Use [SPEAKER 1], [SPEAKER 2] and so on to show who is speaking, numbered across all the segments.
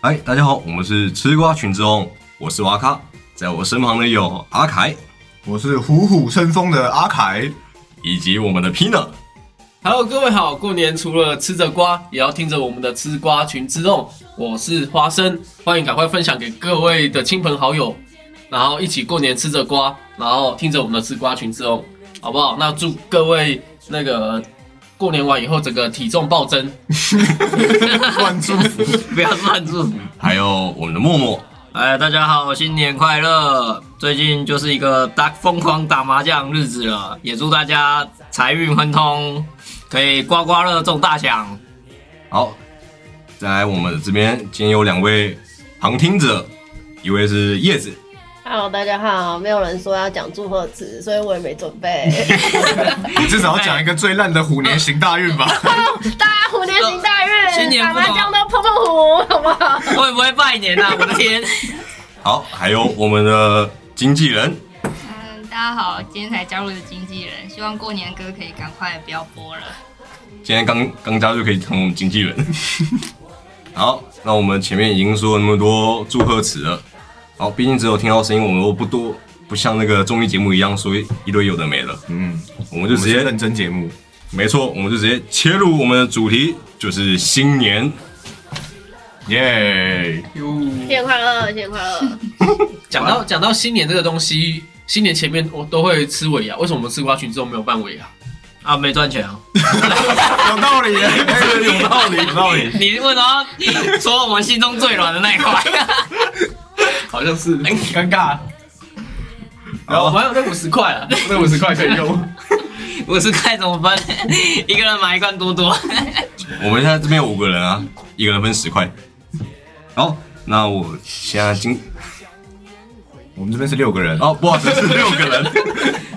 [SPEAKER 1] 嗨，大家好，我们是吃瓜群众，我是瓦卡，在我身旁的有阿凯
[SPEAKER 2] 我是虎虎生风的阿凯，
[SPEAKER 1] 以及我们的 Pina。
[SPEAKER 3] Hello，各位好！过年除了吃着瓜，也要听着我们的吃瓜群之动。我是花生，欢迎赶快分享给各位的亲朋好友，然后一起过年吃着瓜，然后听着我们的吃瓜群之动，好不好？那祝各位那个过年完以后整个体重暴增，
[SPEAKER 2] 万祝福。
[SPEAKER 4] 不要乱祝福。
[SPEAKER 1] 还有我们的默默，
[SPEAKER 4] 哎，大家好，新年快乐！最近就是一个打疯狂打麻将日子了，也祝大家财运亨通，可以刮刮乐中大奖。
[SPEAKER 1] 好，再来我们这边今天有两位旁听者，一位是叶子，
[SPEAKER 5] Hello，大家好，没有人说要讲祝贺词，所以我也没准 备。
[SPEAKER 2] 你至少要讲一个最烂的虎年行大运吧？
[SPEAKER 5] 大家虎年行大运，
[SPEAKER 4] 哦新年
[SPEAKER 5] 打
[SPEAKER 4] 不懂嗯
[SPEAKER 5] 麻将都碰碰虎，好不好？
[SPEAKER 4] 会不会拜年啊？我的天！
[SPEAKER 1] 好，还有我们的经纪人，
[SPEAKER 6] 嗯，大家好，今天才加入的经纪人，希望过年歌可以赶快不要播了。
[SPEAKER 1] 今天刚刚加入可以成我们经纪人。 好，那我们前面已经说了那么多祝贺词了，好，毕竟只有听到声音，我们都不多，不像那个综艺节目一样说一堆有的没的，
[SPEAKER 2] 嗯，
[SPEAKER 1] 我们
[SPEAKER 2] 就
[SPEAKER 1] 就
[SPEAKER 2] 直
[SPEAKER 1] 直
[SPEAKER 2] 接
[SPEAKER 1] 接
[SPEAKER 2] 认真节目。
[SPEAKER 1] 没错，我们就直接切入我们的主题，就是新年。
[SPEAKER 2] 耶！
[SPEAKER 5] 新年快乐，新年快乐！
[SPEAKER 3] 讲到讲到新年这个东西，新年前面我都会吃尾牙，为什么我们吃瓜群之后没有办尾牙？
[SPEAKER 4] 啊，没赚钱哦。
[SPEAKER 2] 有道理耶，
[SPEAKER 1] 有道理，有道理。
[SPEAKER 4] 你为什
[SPEAKER 3] 哦
[SPEAKER 4] 么要说我们心中最软的那一 块？
[SPEAKER 3] 好像是，
[SPEAKER 4] 很尴尬。
[SPEAKER 3] 然后我们还有那五十块啊，
[SPEAKER 2] 那五十块可以用。
[SPEAKER 4] 我是看怎么分，一个人买一罐多多。
[SPEAKER 1] 我们现在这边有五个人啊，一个人分十块。好，那我现在今
[SPEAKER 2] 我们这边是六个人，
[SPEAKER 1] 哦，不好意思，是六个人。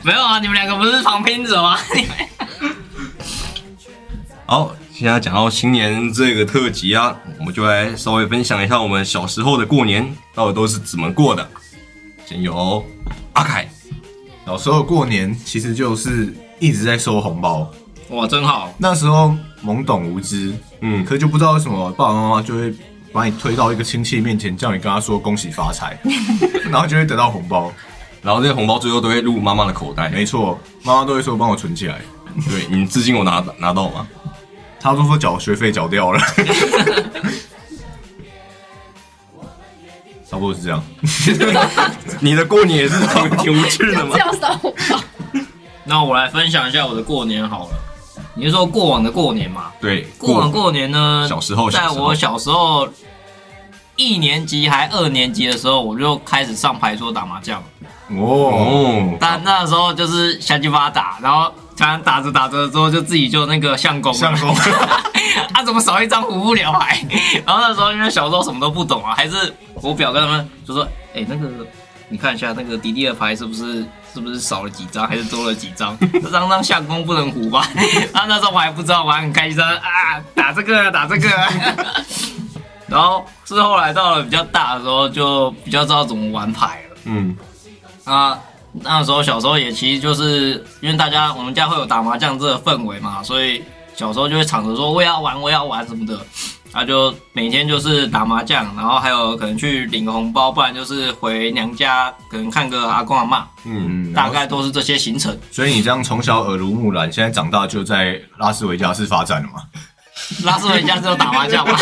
[SPEAKER 4] 没有啊，你们两个不是旁听者吗？ 你们
[SPEAKER 1] 好，现在讲到新年这个特辑啊，我们就来稍微分享一下我们小时候的过年到底都是怎么过的。先由阿凯，
[SPEAKER 2] 小时候过年其实就是一直在收红包。
[SPEAKER 4] 哇，真好。
[SPEAKER 2] 那时候懵懂无知，
[SPEAKER 1] 嗯，
[SPEAKER 2] 可就不知道为什么爸爸妈妈就会把你推到一个亲戚面前，叫你跟他说恭喜发财，然后就会得到红包。
[SPEAKER 1] 然后这些红包最后都会入妈妈的口袋。
[SPEAKER 2] 没错，妈妈都会说帮我存起来。
[SPEAKER 1] 对你至今我拿拿到吗？
[SPEAKER 2] 他都说缴学费缴掉了，差不多是这样。
[SPEAKER 1] 你的过年也是挺挺无趣的吗？
[SPEAKER 5] 叫手 红包，
[SPEAKER 4] 那我来分享一下我的过年好了。你是说过往的过年嘛？
[SPEAKER 1] 对，
[SPEAKER 4] 过往过年呢，
[SPEAKER 1] 小时候小时
[SPEAKER 4] 在
[SPEAKER 1] 候
[SPEAKER 4] 我小时候一年级还二年级的时候，我就开始上牌桌打麻将。
[SPEAKER 2] 哦，
[SPEAKER 1] 哦，
[SPEAKER 4] 但那时候就是想去把它打，然后常常打着打着之后，就自己就那个相公了
[SPEAKER 2] 相公
[SPEAKER 4] 啊，怎么少一张胡不了 牌？然后那时候因为小时候什么都不懂啊，还是我表哥他们就说：“哎、那个你看一下那个迪迪的牌是不是是不是少了几张，还是多了几张？这张张相公不能胡吧？”啊，那时候我还不知道，我还很开心说：“啊，打这个，打 这个。”然后是后来到了比较大的时候，就比较知道怎么玩牌了。
[SPEAKER 1] 嗯，
[SPEAKER 4] 啊，那时候小时候也其实就是因为大家我们家会有打麻将这个氛围嘛，所以小时候就会吵着说我也要玩，我也要玩什么的，啊就每天就是打麻将，然后还有可能去领个红包，不然就是回娘家可能看个阿公阿妈，
[SPEAKER 1] 嗯，
[SPEAKER 2] 嗯，
[SPEAKER 4] 大概都是这些行程。
[SPEAKER 2] 所以你这样从小耳濡目染，现在长大就在拉斯维加斯发展了嘛？
[SPEAKER 4] 拉斯维加斯有打麻将吗？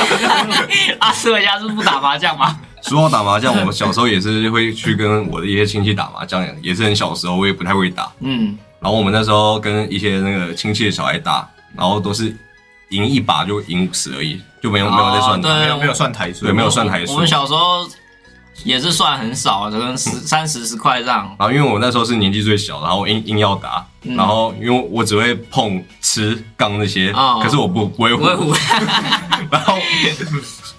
[SPEAKER 4] 拉斯维加斯不打麻将吗？
[SPEAKER 1] 说到打麻将，我们小时候也是会去跟我的一些亲戚打麻将，也是很小时候，我也不太会打。
[SPEAKER 4] 嗯，
[SPEAKER 1] 然后我们那时候跟一些那个亲戚的小孩打，然后都是赢一把就赢五十而已，就没有、没有在算
[SPEAKER 4] 哦对
[SPEAKER 1] 的。
[SPEAKER 2] 没有没有算台数，
[SPEAKER 1] 对没有算台数
[SPEAKER 4] 我们小时候也是算很少，可能十三十十块这样。
[SPEAKER 1] 然后因为我那时候是年纪最小，然后硬硬要打，
[SPEAKER 4] 嗯
[SPEAKER 1] 然后因为我只会碰、吃、杠那些，
[SPEAKER 4] 哦
[SPEAKER 1] 可是我不不会
[SPEAKER 4] 不会
[SPEAKER 1] 胡，
[SPEAKER 4] 胡，
[SPEAKER 1] 然后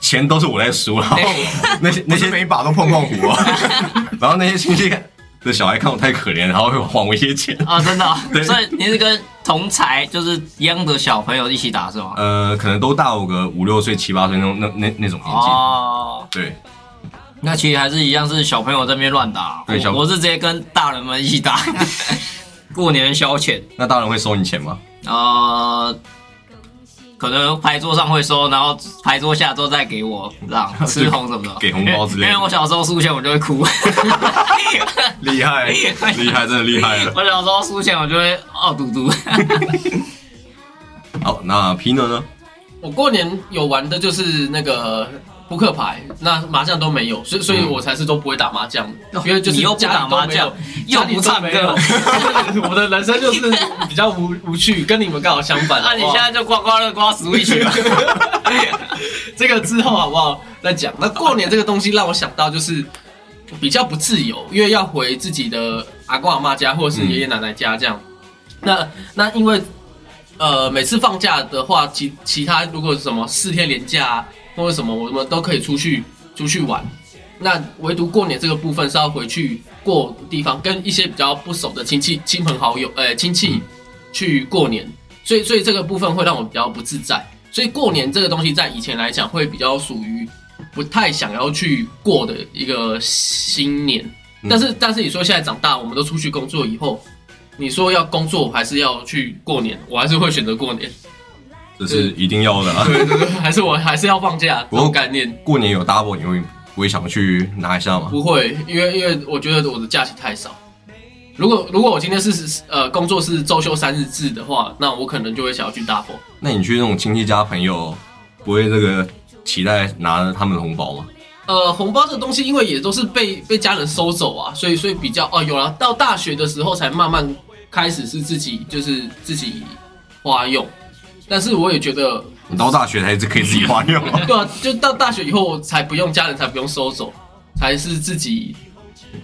[SPEAKER 1] 钱都是我在输，然后那些
[SPEAKER 2] 那
[SPEAKER 1] 那
[SPEAKER 2] 些
[SPEAKER 1] 些
[SPEAKER 2] 每一把都碰碰胡啊。
[SPEAKER 1] 然后那些亲戚的小孩看我太可怜，然后会还我一些钱。
[SPEAKER 4] 啊、真的哦、
[SPEAKER 1] 对
[SPEAKER 4] 所以你是跟同才就是一样的小朋友一起打是吗？
[SPEAKER 1] 呃，可能都大我个五六岁、七八岁那种那那那种年纪。
[SPEAKER 4] 哦，
[SPEAKER 1] 对，
[SPEAKER 4] 那其实还是一样是小朋友在那边乱打，
[SPEAKER 1] 对小
[SPEAKER 4] 我我是直接跟大人们一起打， 过年消遣。
[SPEAKER 1] 那大人会收你钱吗？
[SPEAKER 4] 呃，可能牌桌上会收，然后牌桌下之后再给我，这样吃红什么 的，
[SPEAKER 1] 给红包 之类的
[SPEAKER 4] 因为我小时候输钱我就会 哭，
[SPEAKER 2] 厉害，
[SPEAKER 1] 厉害，真的厉 害了。
[SPEAKER 4] 我小时候输钱我就会哦嘟 嘟。
[SPEAKER 1] 好，那皮诺呢？
[SPEAKER 3] 我过年有玩的就是那个扑克牌，那麻将都没有，所以所以我才是都不会打麻将的，因为就是
[SPEAKER 4] 嗯哦你又不
[SPEAKER 3] 家里
[SPEAKER 4] 打麻将
[SPEAKER 3] 都
[SPEAKER 4] 又不唱
[SPEAKER 3] 没有
[SPEAKER 4] 歌，
[SPEAKER 3] 家里都没有 我的人生就是比较无无趣，跟你们刚好相反。
[SPEAKER 4] 啊那你
[SPEAKER 3] 好不
[SPEAKER 4] 现
[SPEAKER 3] 好
[SPEAKER 4] 在就刮刮乐刮 Switch 吧。
[SPEAKER 3] 这个之后好不好再讲？那过年这个东西让我想到就是比较不自由，因为要回自己的阿公阿妈家或者是爷爷奶奶家这样。那那因为呃每次放假的话，其其他如果是什么四天连假、啊、或者什么，我们都可以出去出去玩。那唯独过年这个部分是要回去过地方，跟一些比较不熟的亲戚、亲朋好友、呃亲戚去过年，所以所以这个部分会让我比较不自在。所以过年这个东西在以前来讲会比较属于不太想要去过的一个新年，
[SPEAKER 1] 嗯
[SPEAKER 3] 但是但是你说现在长大，我们都出去工作以后，你说要工作还是要去过年，我还是会选择过年，
[SPEAKER 1] 这是一定要的啊。
[SPEAKER 3] 对对对，还是我还是要放假，这
[SPEAKER 1] 我
[SPEAKER 3] 种概念。
[SPEAKER 1] 过年有 double，你会不会想去拿一下吗？
[SPEAKER 3] 不会，因为因为我觉得我的假期太少。如果如果我今天是呃工作是周休三日制的话，那我可能就会想要去 double。
[SPEAKER 1] 那你去那种亲戚家朋友，不会这个期待拿他们的红包吗？
[SPEAKER 3] 呃，红包这东西因为也都是被被家人收走啊，所以所以比较哦，有了到大学的时候才慢慢开始是自己就是自己花用，但是我也觉 得
[SPEAKER 1] 你到大学才是可以自己花用啊。
[SPEAKER 3] 对啊，就到大学以后才不用家人才不用收走，才是自己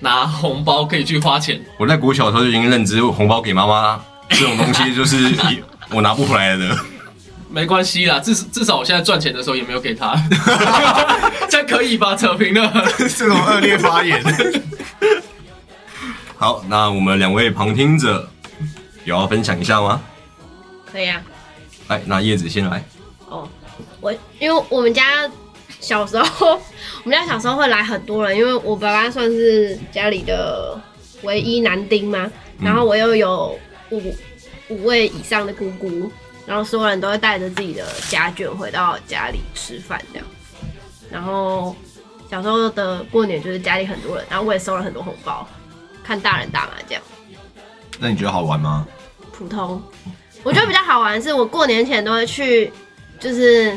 [SPEAKER 3] 拿红包可以去花钱。
[SPEAKER 1] 我在国小的时候就已经认知，红包给妈妈这种东西就是我拿不回来的。
[SPEAKER 3] 没关系啦，至至少我现在赚钱的时候也没有给 他，这样可以吧？扯平了。
[SPEAKER 2] 这种恶劣发言，
[SPEAKER 1] 好，那我们两位旁听者有要分享一下吗？
[SPEAKER 5] 可以啊。
[SPEAKER 1] 来，那叶子先来。
[SPEAKER 5] 哦，我因为我们家小时候， 我们家小时候会来很多人，因为我爸爸算是家里的唯一男丁嘛，然后我又有五五位以上的姑姑，然后所有人都会带着自己的家眷回到家里吃饭这样，然后小时候的过年就是家里很多人，然后我也收了很多红包，看大人打麻将。
[SPEAKER 2] 那你觉得好玩吗？
[SPEAKER 5] 普通。我觉得比较好玩的是，我过年前都会去，就是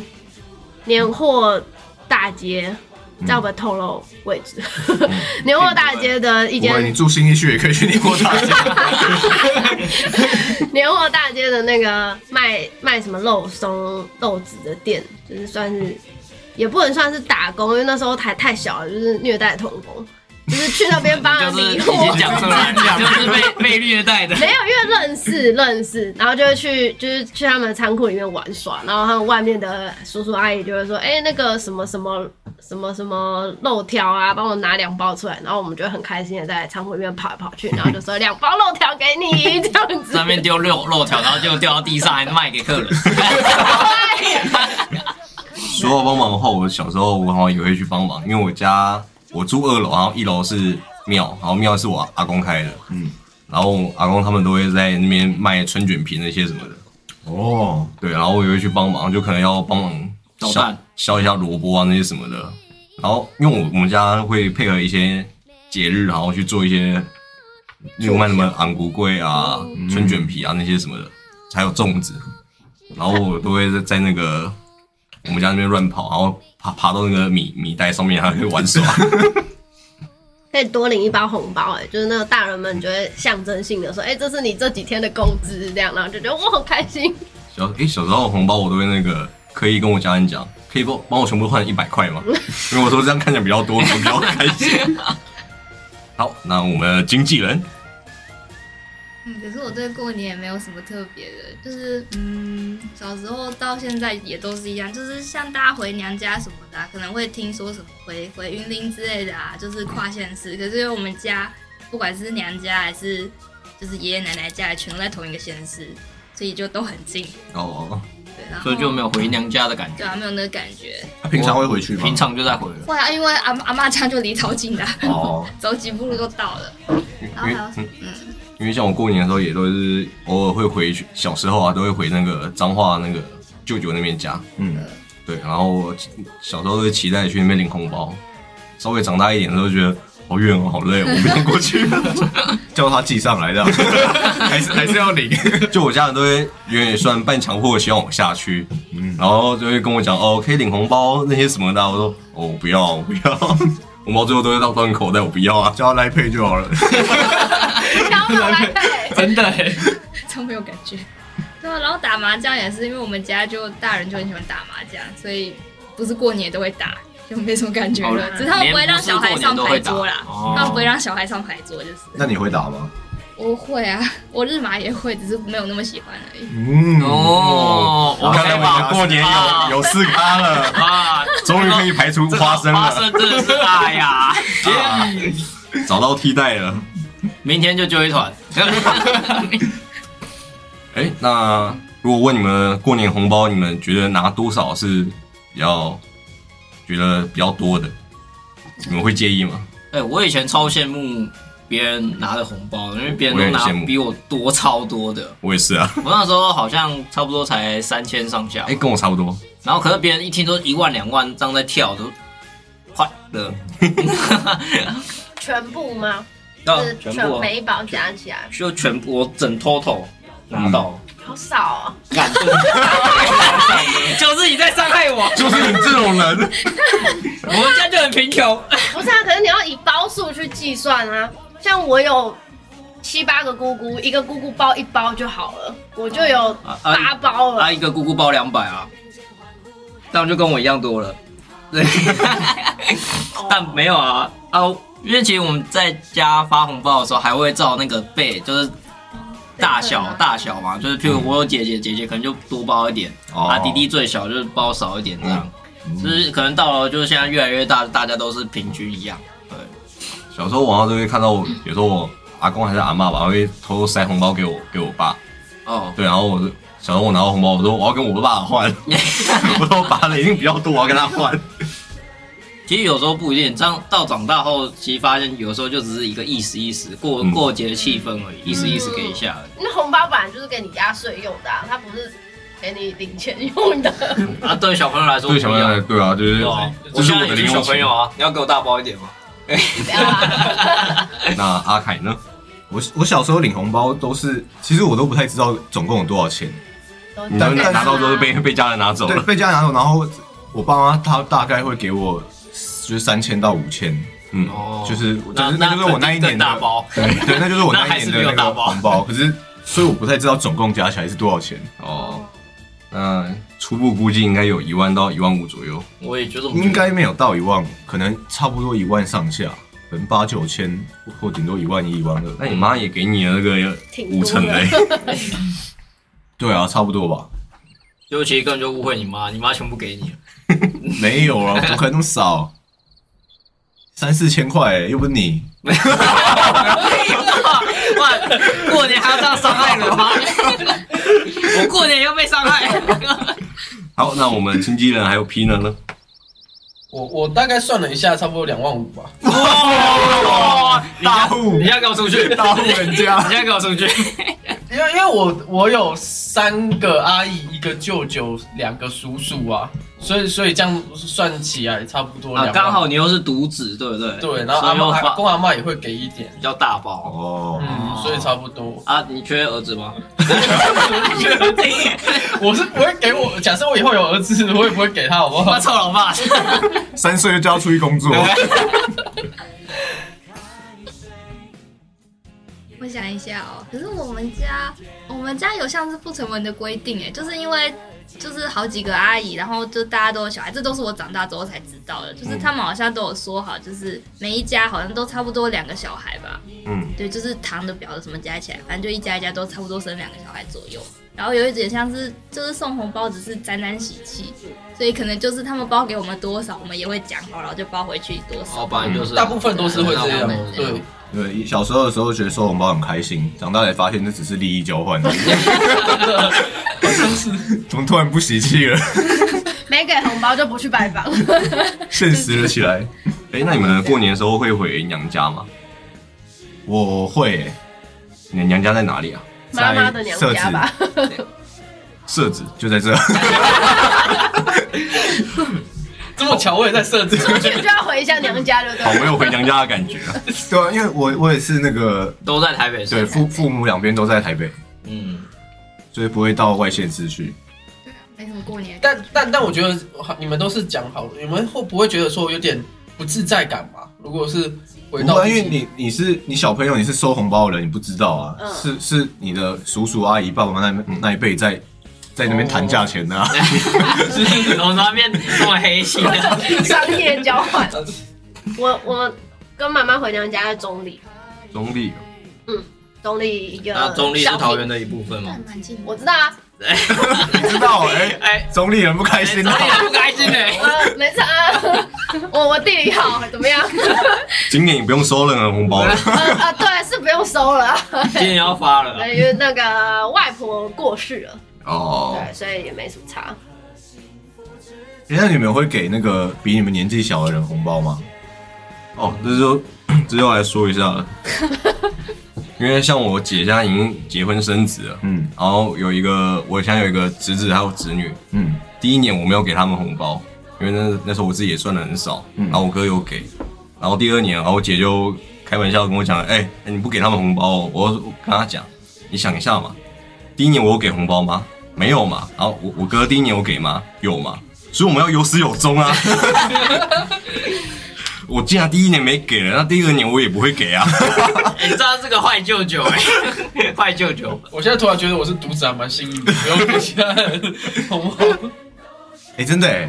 [SPEAKER 5] 年货大街，
[SPEAKER 2] 嗯
[SPEAKER 5] 这样会不会透露位置？ 年货大街的一
[SPEAKER 2] 不会，你
[SPEAKER 5] 间，
[SPEAKER 2] 住新一区也可以去年货大街。
[SPEAKER 5] 年货大街的那个卖卖什么肉松、肉子的店，就是算是也不能算是打工，因为那时候还太小了，就是虐待童工，就是去那边帮
[SPEAKER 4] 就
[SPEAKER 5] 人
[SPEAKER 4] 是
[SPEAKER 5] 理
[SPEAKER 4] 已
[SPEAKER 5] 货。
[SPEAKER 4] 经讲出来，就是被被虐待的。
[SPEAKER 5] 没有，因为认识认识，然后就会去就是去他们的仓库里面玩耍，然后他们外面的叔叔阿姨就会说，哎、那个什么什么什么什么肉条啊，帮我拿两包出来，然后我们就会很开心的在仓库里面跑来跑去，然后就说两包肉条给你这样 子
[SPEAKER 4] 上。面丢肉肉条，然后就掉到地上，还卖给 客人。
[SPEAKER 1] 说到帮忙的话，我小时候我好像也会去帮忙，因为我家我住二楼，然后一楼是庙，然后庙是我阿公开的，嗯，然后我阿公他们都会在那边卖春卷皮那些什么的，
[SPEAKER 2] 哦，
[SPEAKER 1] 对，然后我也会去帮忙，就可能要帮忙
[SPEAKER 4] 捣
[SPEAKER 1] 削
[SPEAKER 4] 蛋
[SPEAKER 1] 削一下萝卜啊那些什么的，然后因为我我们家会配合一些节日，然后去做一些，例如卖什么昂古贵啊、春卷皮啊那些什么的，还有粽子，然后我都会在在那个我们家那边乱跑，然后爬爬到那个米米袋上面，还会玩耍。
[SPEAKER 5] 可以多领一包红包、哎，就是那个大人们就会象征性的说，哎、这是你这几天的工资这样，然后就觉得我很开心。
[SPEAKER 1] 小诶、小时候的红包我都会那个可以跟我家人讲，可以帮帮我全部换一百块吗？因为我说这样看起来比较多，我比较开心。好，那我们经纪人
[SPEAKER 6] 嗯，可是我对过年也没有什么特别的，就是嗯，小时候到现在也都是一样，就是像大家回娘家什么的啊、可能会听说什么回回云林之类的啊，就是跨县市。可是因为我们家不管是娘家还是就是爷爷奶奶家，全都在同一个县市，所以就都很近。
[SPEAKER 1] 哦，
[SPEAKER 6] 对，然后
[SPEAKER 4] 所以就没有回娘家的感觉
[SPEAKER 6] 对。啊，没有那个感觉。
[SPEAKER 2] 他平常会回去吗？
[SPEAKER 4] 平常就在回了。
[SPEAKER 6] 会啊，因为阿阿妈家就离超近 的啊、
[SPEAKER 2] 哦，
[SPEAKER 6] 走几步路就到了。然
[SPEAKER 1] 因
[SPEAKER 6] 后
[SPEAKER 1] 为
[SPEAKER 6] 还有什
[SPEAKER 1] 嗯
[SPEAKER 6] 么？嗯，
[SPEAKER 1] 因为像我过年的时候也都是偶尔会回去，小时候啊都会回那个彰化那个舅舅那边家，
[SPEAKER 2] 嗯，
[SPEAKER 1] 对，然后我小时候会期待去那边领红包，稍微长大一点的时候觉得好远哦，好累哦，我不想过去。
[SPEAKER 2] 叫他寄上来这样，还是还是要领。
[SPEAKER 1] 就我家人都会有点算半强迫地希望我下去，
[SPEAKER 2] 嗯
[SPEAKER 1] 然后就会跟我讲哦，可以领红包那些什么的啊，我说哦，我不要，我不要， 红包最后都会到到你口袋，我不要啊。
[SPEAKER 2] 叫他来配就好了。
[SPEAKER 4] 嗯
[SPEAKER 5] 然后来 背，
[SPEAKER 3] 真的、欸，
[SPEAKER 6] 超没有感觉。对啊，然后打麻将也是，因为我们家就大人就很喜欢打麻将，所以不是过年都会打，就没什么感觉了。
[SPEAKER 4] 哦
[SPEAKER 6] 只是他们不会让小孩上牌桌
[SPEAKER 4] 连
[SPEAKER 6] 啦
[SPEAKER 4] 不是过年都会，打哦
[SPEAKER 6] 他们不会让小孩上牌桌，就是。
[SPEAKER 2] 那你会打吗？
[SPEAKER 6] 我会啊，我日麻也会，只是没有那么喜欢而已。
[SPEAKER 2] 嗯，
[SPEAKER 4] 哦，我
[SPEAKER 1] 看来
[SPEAKER 4] 看
[SPEAKER 1] 我
[SPEAKER 4] 到
[SPEAKER 1] 们过年
[SPEAKER 4] 啊
[SPEAKER 1] 有有四咖了，
[SPEAKER 4] 啊，
[SPEAKER 1] 终于可以排除
[SPEAKER 4] 这个
[SPEAKER 1] 花生
[SPEAKER 4] 花
[SPEAKER 1] 了，
[SPEAKER 4] 生真的是哎呀，
[SPEAKER 1] 啊找到替代了。
[SPEAKER 4] 明天就揪一团。
[SPEAKER 1] 哎，那如果问你们过年红包，你们觉得拿多少是比较觉得比较多的？你们会介意吗？
[SPEAKER 4] 哎，我以前超羡慕别人拿的红包，因为别人都
[SPEAKER 1] 我
[SPEAKER 4] 拿
[SPEAKER 1] 也很羡慕
[SPEAKER 4] 比我多超多的。
[SPEAKER 1] 我也是啊，
[SPEAKER 4] 我那时候好像差不多才三千上下吧
[SPEAKER 1] 哎，，跟我差不多。
[SPEAKER 4] 然后可是别人一听说一万两万这样在跳，都坏了。
[SPEAKER 5] 全部吗？
[SPEAKER 4] 到
[SPEAKER 5] 嗯是
[SPEAKER 4] 全
[SPEAKER 5] 全
[SPEAKER 4] 部哦
[SPEAKER 5] 美宝加起来，
[SPEAKER 4] 就全部我整 total 拿到，
[SPEAKER 5] 好少哦。
[SPEAKER 4] 感动， 就是你 在伤害我，
[SPEAKER 1] 就是你这种人，
[SPEAKER 4] 我们家就很贫 穷。
[SPEAKER 5] 不是啊，可是你要以包数去计算啊。像我有七八个姑姑，一个姑姑包一包就好了，我就有
[SPEAKER 4] 啊啊
[SPEAKER 5] 八包了。
[SPEAKER 4] 啊，一个姑姑包两百啊，这样就跟我一样多了。 对，但没有啊啊，因为其实我们在家发红包的时候，还会照那个倍，就是大小大小嘛，就是譬如我有姐姐，姐姐可能就多包一点，
[SPEAKER 2] 哦
[SPEAKER 4] 啊弟弟最小就是包少一点这样，就是可能到了就是现在越来越大，大家都是平均一样。
[SPEAKER 1] 小时候网上都会看到我，有时候我阿公还是阿嬷吧，会偷偷塞红包给我给我爸。
[SPEAKER 4] 哦，
[SPEAKER 1] 对，然后我就小时候我拿到红包，我说我要跟我爸 换，我说我爸的一定比较多，我要跟他换。
[SPEAKER 4] 其实有时候不一定，这样到长大后，其实发现有时候就只是一个意思意思，过
[SPEAKER 1] 嗯
[SPEAKER 4] 过节气氛而已，意思意思给一下而已。
[SPEAKER 5] 那红包本来就是给你压岁用的啊、它不是给你零钱用的。
[SPEAKER 4] 啊，对小朋友来说不
[SPEAKER 1] 对
[SPEAKER 4] 一
[SPEAKER 1] 小
[SPEAKER 4] 样，
[SPEAKER 1] 朋友来，对啊，就是
[SPEAKER 4] 对啊
[SPEAKER 1] 这是我的
[SPEAKER 4] 现在也
[SPEAKER 1] 零用
[SPEAKER 4] 是小朋
[SPEAKER 1] 钱
[SPEAKER 4] 友。啊，你要给我大包一点吗？
[SPEAKER 5] 不要啊
[SPEAKER 1] 那阿凯呢？
[SPEAKER 2] 我我小时候领红包都是，其实我都不太知道总共有多少钱。
[SPEAKER 5] 都啊
[SPEAKER 1] 你
[SPEAKER 2] 但
[SPEAKER 1] 们
[SPEAKER 2] 但是
[SPEAKER 1] 拿到之后被被家人拿走
[SPEAKER 2] 对，
[SPEAKER 1] 了，
[SPEAKER 2] 被家拿走，然后我爸妈他大概会给我就是三千到五千，
[SPEAKER 1] 嗯，
[SPEAKER 4] 哦
[SPEAKER 2] 就是就是
[SPEAKER 4] 那
[SPEAKER 2] 那就是我那一
[SPEAKER 4] 肯
[SPEAKER 2] 年的嗯
[SPEAKER 4] 定更大包，
[SPEAKER 2] 对 对，那就是我
[SPEAKER 4] 那
[SPEAKER 2] 那
[SPEAKER 4] 还
[SPEAKER 2] 一
[SPEAKER 4] 是
[SPEAKER 2] 年
[SPEAKER 4] 没有
[SPEAKER 2] 的那
[SPEAKER 4] 大
[SPEAKER 2] 个
[SPEAKER 4] 包
[SPEAKER 2] 红包。可是，所以我不太知道总共加起来是多少钱。
[SPEAKER 1] 哦，那初步估计应该有一万到一万五左右。
[SPEAKER 4] 我也觉得这么觉得
[SPEAKER 2] 应该没有到一万，可能差不多一万上下，可能八九千或顶多一万一、一万
[SPEAKER 1] 那
[SPEAKER 2] 二。
[SPEAKER 1] 你妈也给你了那个
[SPEAKER 5] 挺
[SPEAKER 1] 五
[SPEAKER 5] 多
[SPEAKER 1] 成的、欸，
[SPEAKER 5] 的。
[SPEAKER 2] 对啊，差不多吧。
[SPEAKER 4] 就其实根本就误会你妈，你妈全部给你了。
[SPEAKER 2] 没有啊，怎么可能那么少？三四千块、欸，又不是你。
[SPEAKER 4] 哇， 过年还要这样伤害人吗？我过年要被伤害。
[SPEAKER 1] 好，那我们经纪人还有 P 呢呢？
[SPEAKER 3] 我我大概算了一下，差不多两万五吧。
[SPEAKER 5] 哦
[SPEAKER 4] 哇，
[SPEAKER 2] 大户
[SPEAKER 4] 你现在给我出去！
[SPEAKER 2] 大户人
[SPEAKER 4] 你
[SPEAKER 2] 家
[SPEAKER 4] 现在给我出去！
[SPEAKER 3] 因为因为我我有三个阿姨，一个舅舅，两个叔叔啊，所以所以这样算起来差不多两
[SPEAKER 4] 啊，
[SPEAKER 3] 万。
[SPEAKER 4] 刚好你又是独子，对不对？
[SPEAKER 3] 对，然后阿
[SPEAKER 4] 所以又
[SPEAKER 3] 妈阿
[SPEAKER 4] 花
[SPEAKER 3] 公阿妈也会给一点，
[SPEAKER 4] 比较大包。
[SPEAKER 2] 哦，
[SPEAKER 3] 嗯，所以差不多。
[SPEAKER 4] 啊，你缺儿子 吗？
[SPEAKER 3] 我是不会给我，假设我以后有儿子，我也不会给他，好不 好
[SPEAKER 4] 我？臭老爸！
[SPEAKER 2] 三岁就要出去工作，
[SPEAKER 6] 我想一下哦，可是我们家我们家有像是不成文的规定哎，就是因为就是好几个阿姨，然后就大家都有小孩，这都是我长大之后才知道的，就是他们好像都有说好，就是每一家好像都差不多两个小孩吧，
[SPEAKER 1] 嗯，
[SPEAKER 6] 对，就是堂的表的什么加起来，反正就一家一家都差不多生两个小孩左右。然后有一点像是就是送红包只是沾沾喜气，所以可能就是他们包给我们多少，我们也会讲好，然后就包回去多少。
[SPEAKER 4] 哦，本来就是啊
[SPEAKER 3] 大部分都是会这样
[SPEAKER 4] 大部分，
[SPEAKER 3] 对，
[SPEAKER 2] 对，小时候的时候觉得收红包很开心，长大才发现这只是利益交换。 怎么突然不喜气了？
[SPEAKER 5] 没给红包就不去 拜访。
[SPEAKER 2] 现实了起来。
[SPEAKER 1] 哎、那你们过年的时候会回娘家吗？
[SPEAKER 2] 我会、欸，
[SPEAKER 1] 你的娘家在哪里啊？
[SPEAKER 5] 妈妈的娘家吧，
[SPEAKER 1] 设置
[SPEAKER 2] 就在这。
[SPEAKER 3] 这么巧，我也在设置。
[SPEAKER 5] 出 去就要回一下娘家，对不
[SPEAKER 1] 好
[SPEAKER 5] 对？
[SPEAKER 1] 没有回娘家的感觉啊。
[SPEAKER 2] 对啊，因为我我也是那个
[SPEAKER 4] 都在台北市。
[SPEAKER 2] 对父父母两边都在台北，
[SPEAKER 4] 嗯，
[SPEAKER 2] 所以不会到外县市去。
[SPEAKER 6] 没哎什么过年。
[SPEAKER 3] 但但但我觉得你们都是讲好了，你们会不会觉得说有点不自在感嘛？如果是回
[SPEAKER 2] 不
[SPEAKER 3] 到
[SPEAKER 2] 会，啊
[SPEAKER 3] 自
[SPEAKER 2] 因
[SPEAKER 3] 己啊
[SPEAKER 2] 为你你是你小朋友，你是收红包的人，你不知道啊，
[SPEAKER 5] 嗯
[SPEAKER 2] 是是你的叔叔阿姨、爸爸妈妈那那一辈在在那边谈价钱的、啊，
[SPEAKER 4] 我们那边这么黑心啊，
[SPEAKER 5] 商业交换。我我跟妈妈回娘家在中立，
[SPEAKER 1] 中立
[SPEAKER 5] 中立一个。
[SPEAKER 1] 啊
[SPEAKER 4] 那中立是桃园。的一部分吗
[SPEAKER 6] 还？蛮近的，
[SPEAKER 5] 我知道啊，
[SPEAKER 2] 你知道 哎、
[SPEAKER 4] 哎，
[SPEAKER 2] 中立人不开心
[SPEAKER 4] 哪
[SPEAKER 2] 啊，
[SPEAKER 4] 里不开心欸呢？
[SPEAKER 5] 我没差啊， 我我地理好，怎么样？
[SPEAKER 1] 今年也不用收任何红包了。
[SPEAKER 5] 呃呃，对，是不用收了啊，
[SPEAKER 4] 今年要发了啊，
[SPEAKER 5] 因为那个外婆过世了，
[SPEAKER 1] 哦，
[SPEAKER 5] 对，所以也没什么差。
[SPEAKER 2] 哎那你们会给那个比你们年纪小的人红包吗？
[SPEAKER 1] 哦，这就 这就来说一下了，因为像我姐现在已经结婚生子了，
[SPEAKER 2] 嗯
[SPEAKER 1] 然后有一个我现在有一个侄子还有侄女，
[SPEAKER 2] 嗯，
[SPEAKER 1] 第一年我没有给他们红包，因为那那时候我自己也赚的很少，
[SPEAKER 2] 嗯
[SPEAKER 1] 然后我哥有给，然后第二年，然后我姐就开玩笑跟我讲，哎、你不给他们红包哦、我我跟她讲，你想一下嘛，第一年我有给红包吗？没有嘛，然后我我哥第一年有给吗？有嘛，所以我们要有始有终啊。 我既然第一年没给了，那第二年我也不会给啊。
[SPEAKER 4] 哎你知道这个坏舅舅哎， 坏舅舅，
[SPEAKER 3] 我现在突然觉得我是独子，还蛮幸运的，不用给其他人红包。
[SPEAKER 2] 哎、真的哎、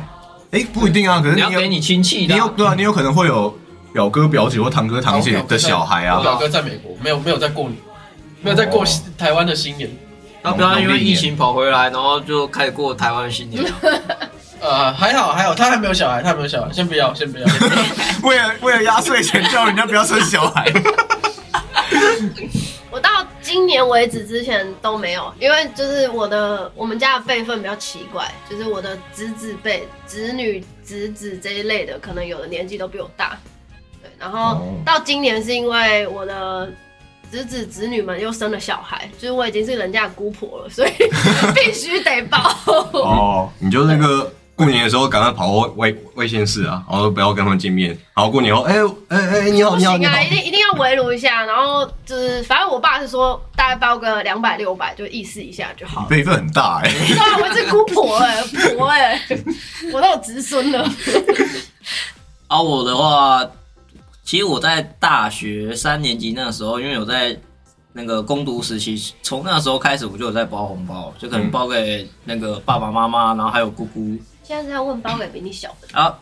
[SPEAKER 2] 哎、不一定啊，可是
[SPEAKER 4] 你
[SPEAKER 2] 你
[SPEAKER 4] 要
[SPEAKER 2] 有
[SPEAKER 4] 给你亲戚
[SPEAKER 2] 你
[SPEAKER 4] 的啊，
[SPEAKER 2] 有对啊，你有可能会有表哥表姐或堂哥堂姐的小孩
[SPEAKER 3] 我
[SPEAKER 2] 啊，
[SPEAKER 3] 表哥在美国，没有没有在过年，没有在过新台湾的新年。
[SPEAKER 4] 他不要因为疫情跑回来，然后就开始过台湾新年啊。
[SPEAKER 3] 呃，还好还好，他还没有小孩，他还没有小孩，先不要，先不要。
[SPEAKER 2] 为了为了压岁钱叫人家不要生小孩，
[SPEAKER 5] 我到今年为止之前都没有，因为就是我的我们家的辈分比较奇怪，就是我的侄子辈、侄女、侄子这一类的，可能有的年纪都比我大。对，然后
[SPEAKER 2] 哦
[SPEAKER 5] 到今年是因为我的侄子侄女们又生了小孩，就是我已经是人家的姑婆了，所以 必须得报。
[SPEAKER 2] 哦，
[SPEAKER 1] 你就那个过年的时候赶快跑外外县市啊，然后不要跟他们见面。然后过年后，哎哎哎，你好
[SPEAKER 5] 不
[SPEAKER 1] 你好
[SPEAKER 5] 行
[SPEAKER 1] 你好
[SPEAKER 5] 啊，，一定一定要围炉一下，然后就是反正我爸是说大概报个两百六百就意思一下就好
[SPEAKER 2] 你
[SPEAKER 5] 了。
[SPEAKER 2] 辈分很大哎、
[SPEAKER 1] 欸
[SPEAKER 5] 对啊，我是姑婆哎、婆哎、我都有侄孙了。
[SPEAKER 4] 啊，我的话，其实我在大学三年级那时候，因为有在那个攻读实习，从那时候开始我就有在包红包，就可
[SPEAKER 2] 嗯
[SPEAKER 4] 能包给那个爸爸妈妈，然后还有姑姑
[SPEAKER 5] 现在是要问包给比你小的，
[SPEAKER 4] 啊，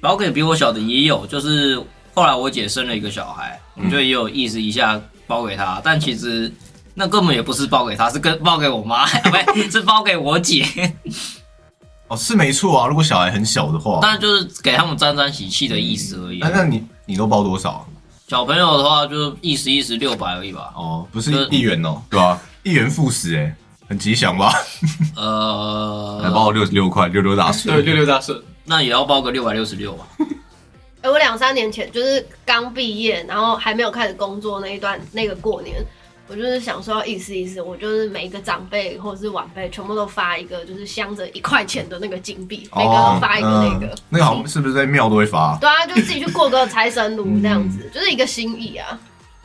[SPEAKER 4] 包给比我小的也有，就是后来我姐生了一个小孩，
[SPEAKER 1] 嗯
[SPEAKER 4] 我就也有意思一下包给她，但其实。那根本也不是包给她，是跟包给我妈， 不是是包给我 姐。
[SPEAKER 2] 哦，是没错啊。如果小孩很小的话，
[SPEAKER 4] 但就是给他们沾沾喜气的意思而已
[SPEAKER 1] 嗯
[SPEAKER 2] 那。那你你都包多少？
[SPEAKER 4] 小朋友的话，就意思意思六百而已吧。
[SPEAKER 2] 哦，不是
[SPEAKER 4] 呃
[SPEAKER 2] 一元哦，对吧、一元复始哎、很吉祥吧？
[SPEAKER 4] 呃，
[SPEAKER 1] 来包六十六块，六六大顺。
[SPEAKER 3] 对，六六大顺。
[SPEAKER 4] 那也要包个六百六十六吧。
[SPEAKER 5] 哎、我两三年前就是刚毕业，然后还没有开始工作那一段那个过年，我就是想说要意思意思，我就是每一个长辈或者是晚辈全部都发一个，就是镶着一块钱的那个金币，每个都发一个那个。
[SPEAKER 2] 嗯那个好像是不是在庙都会发？
[SPEAKER 5] 对啊，就自己去过个财神炉
[SPEAKER 3] 嗯
[SPEAKER 5] 这样子，就是一个心意啊。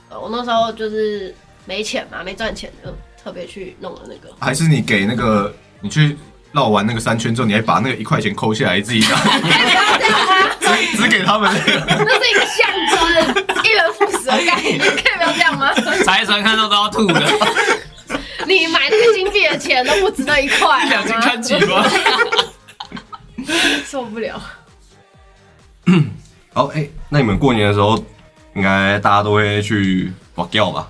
[SPEAKER 5] 呃我那时候就是没钱嘛，没赚钱，就特别去弄了那 个。
[SPEAKER 2] 还是你给那个你去绕完那个三圈之后，你还把那个一块钱抠下来自己拿， 只只给他们那个？
[SPEAKER 5] 那是一个象征，一人复死的概念，可以不要这样吗？
[SPEAKER 4] 财神看到都要吐 的，
[SPEAKER 5] 你买那个金币的钱都不值那一块，啊
[SPEAKER 3] 两斤看几吧。
[SPEAKER 5] 受不了。
[SPEAKER 1] 哦，哎、那你们过年的时候，应该大家都会去保钓吧？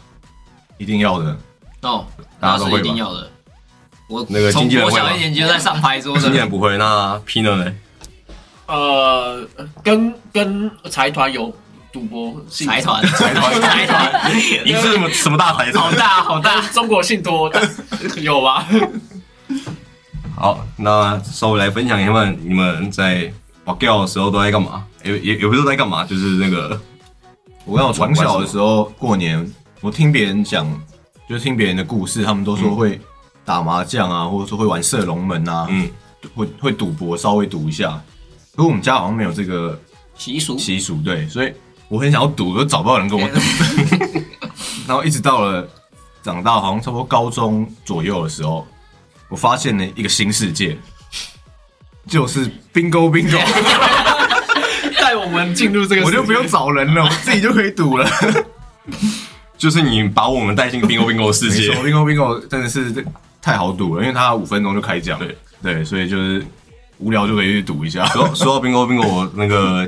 [SPEAKER 2] 一定要的。
[SPEAKER 4] 哦，
[SPEAKER 1] 大
[SPEAKER 4] 那
[SPEAKER 1] 家都会吧
[SPEAKER 4] 是一定要的。我
[SPEAKER 1] 那个
[SPEAKER 4] 从
[SPEAKER 1] 经纪人
[SPEAKER 4] 我
[SPEAKER 1] 会吗
[SPEAKER 4] 小一年级就在上牌桌
[SPEAKER 1] 今年
[SPEAKER 4] 的，
[SPEAKER 1] 不会，那 Pino 呢？
[SPEAKER 3] 呃，跟跟财团有赌博性质
[SPEAKER 4] 财团，财
[SPEAKER 1] 团
[SPEAKER 4] 财团，
[SPEAKER 1] 你是什么什么大财团
[SPEAKER 4] 好？ 大好大。
[SPEAKER 3] 中国信托但有吧？
[SPEAKER 1] 好，那稍微来分享一下你们在保钓的时候都在干嘛？也也也不是在干嘛，就是那个
[SPEAKER 2] 我跟我从小的时候过年，我听别人讲，就听别人的故事，他们都说会打麻将啊，或者说会玩射龙门啊，
[SPEAKER 1] 嗯，
[SPEAKER 2] 会会赌博，稍微赌一下。可我们家好像没有这个
[SPEAKER 4] 习俗，
[SPEAKER 2] 习俗，对，所以我很想要赌，都找不到人跟我赌。 然后一直到了长大，好像差不多高中左右的时候，我发现了一个新世界，就是 bingo bingo，
[SPEAKER 3] 带我们进入这个世界，
[SPEAKER 2] 我就不用找人了，我自己就可以赌了。
[SPEAKER 1] 就是你把我们带进 bingo bingo 的世
[SPEAKER 2] 没错
[SPEAKER 1] 界，
[SPEAKER 2] ，bingo bingo 真的是太好赌了，因为它五分钟就开奖，对对，所以就是无聊就可以去赌一下。
[SPEAKER 1] 说说到 bingo bingo，我那个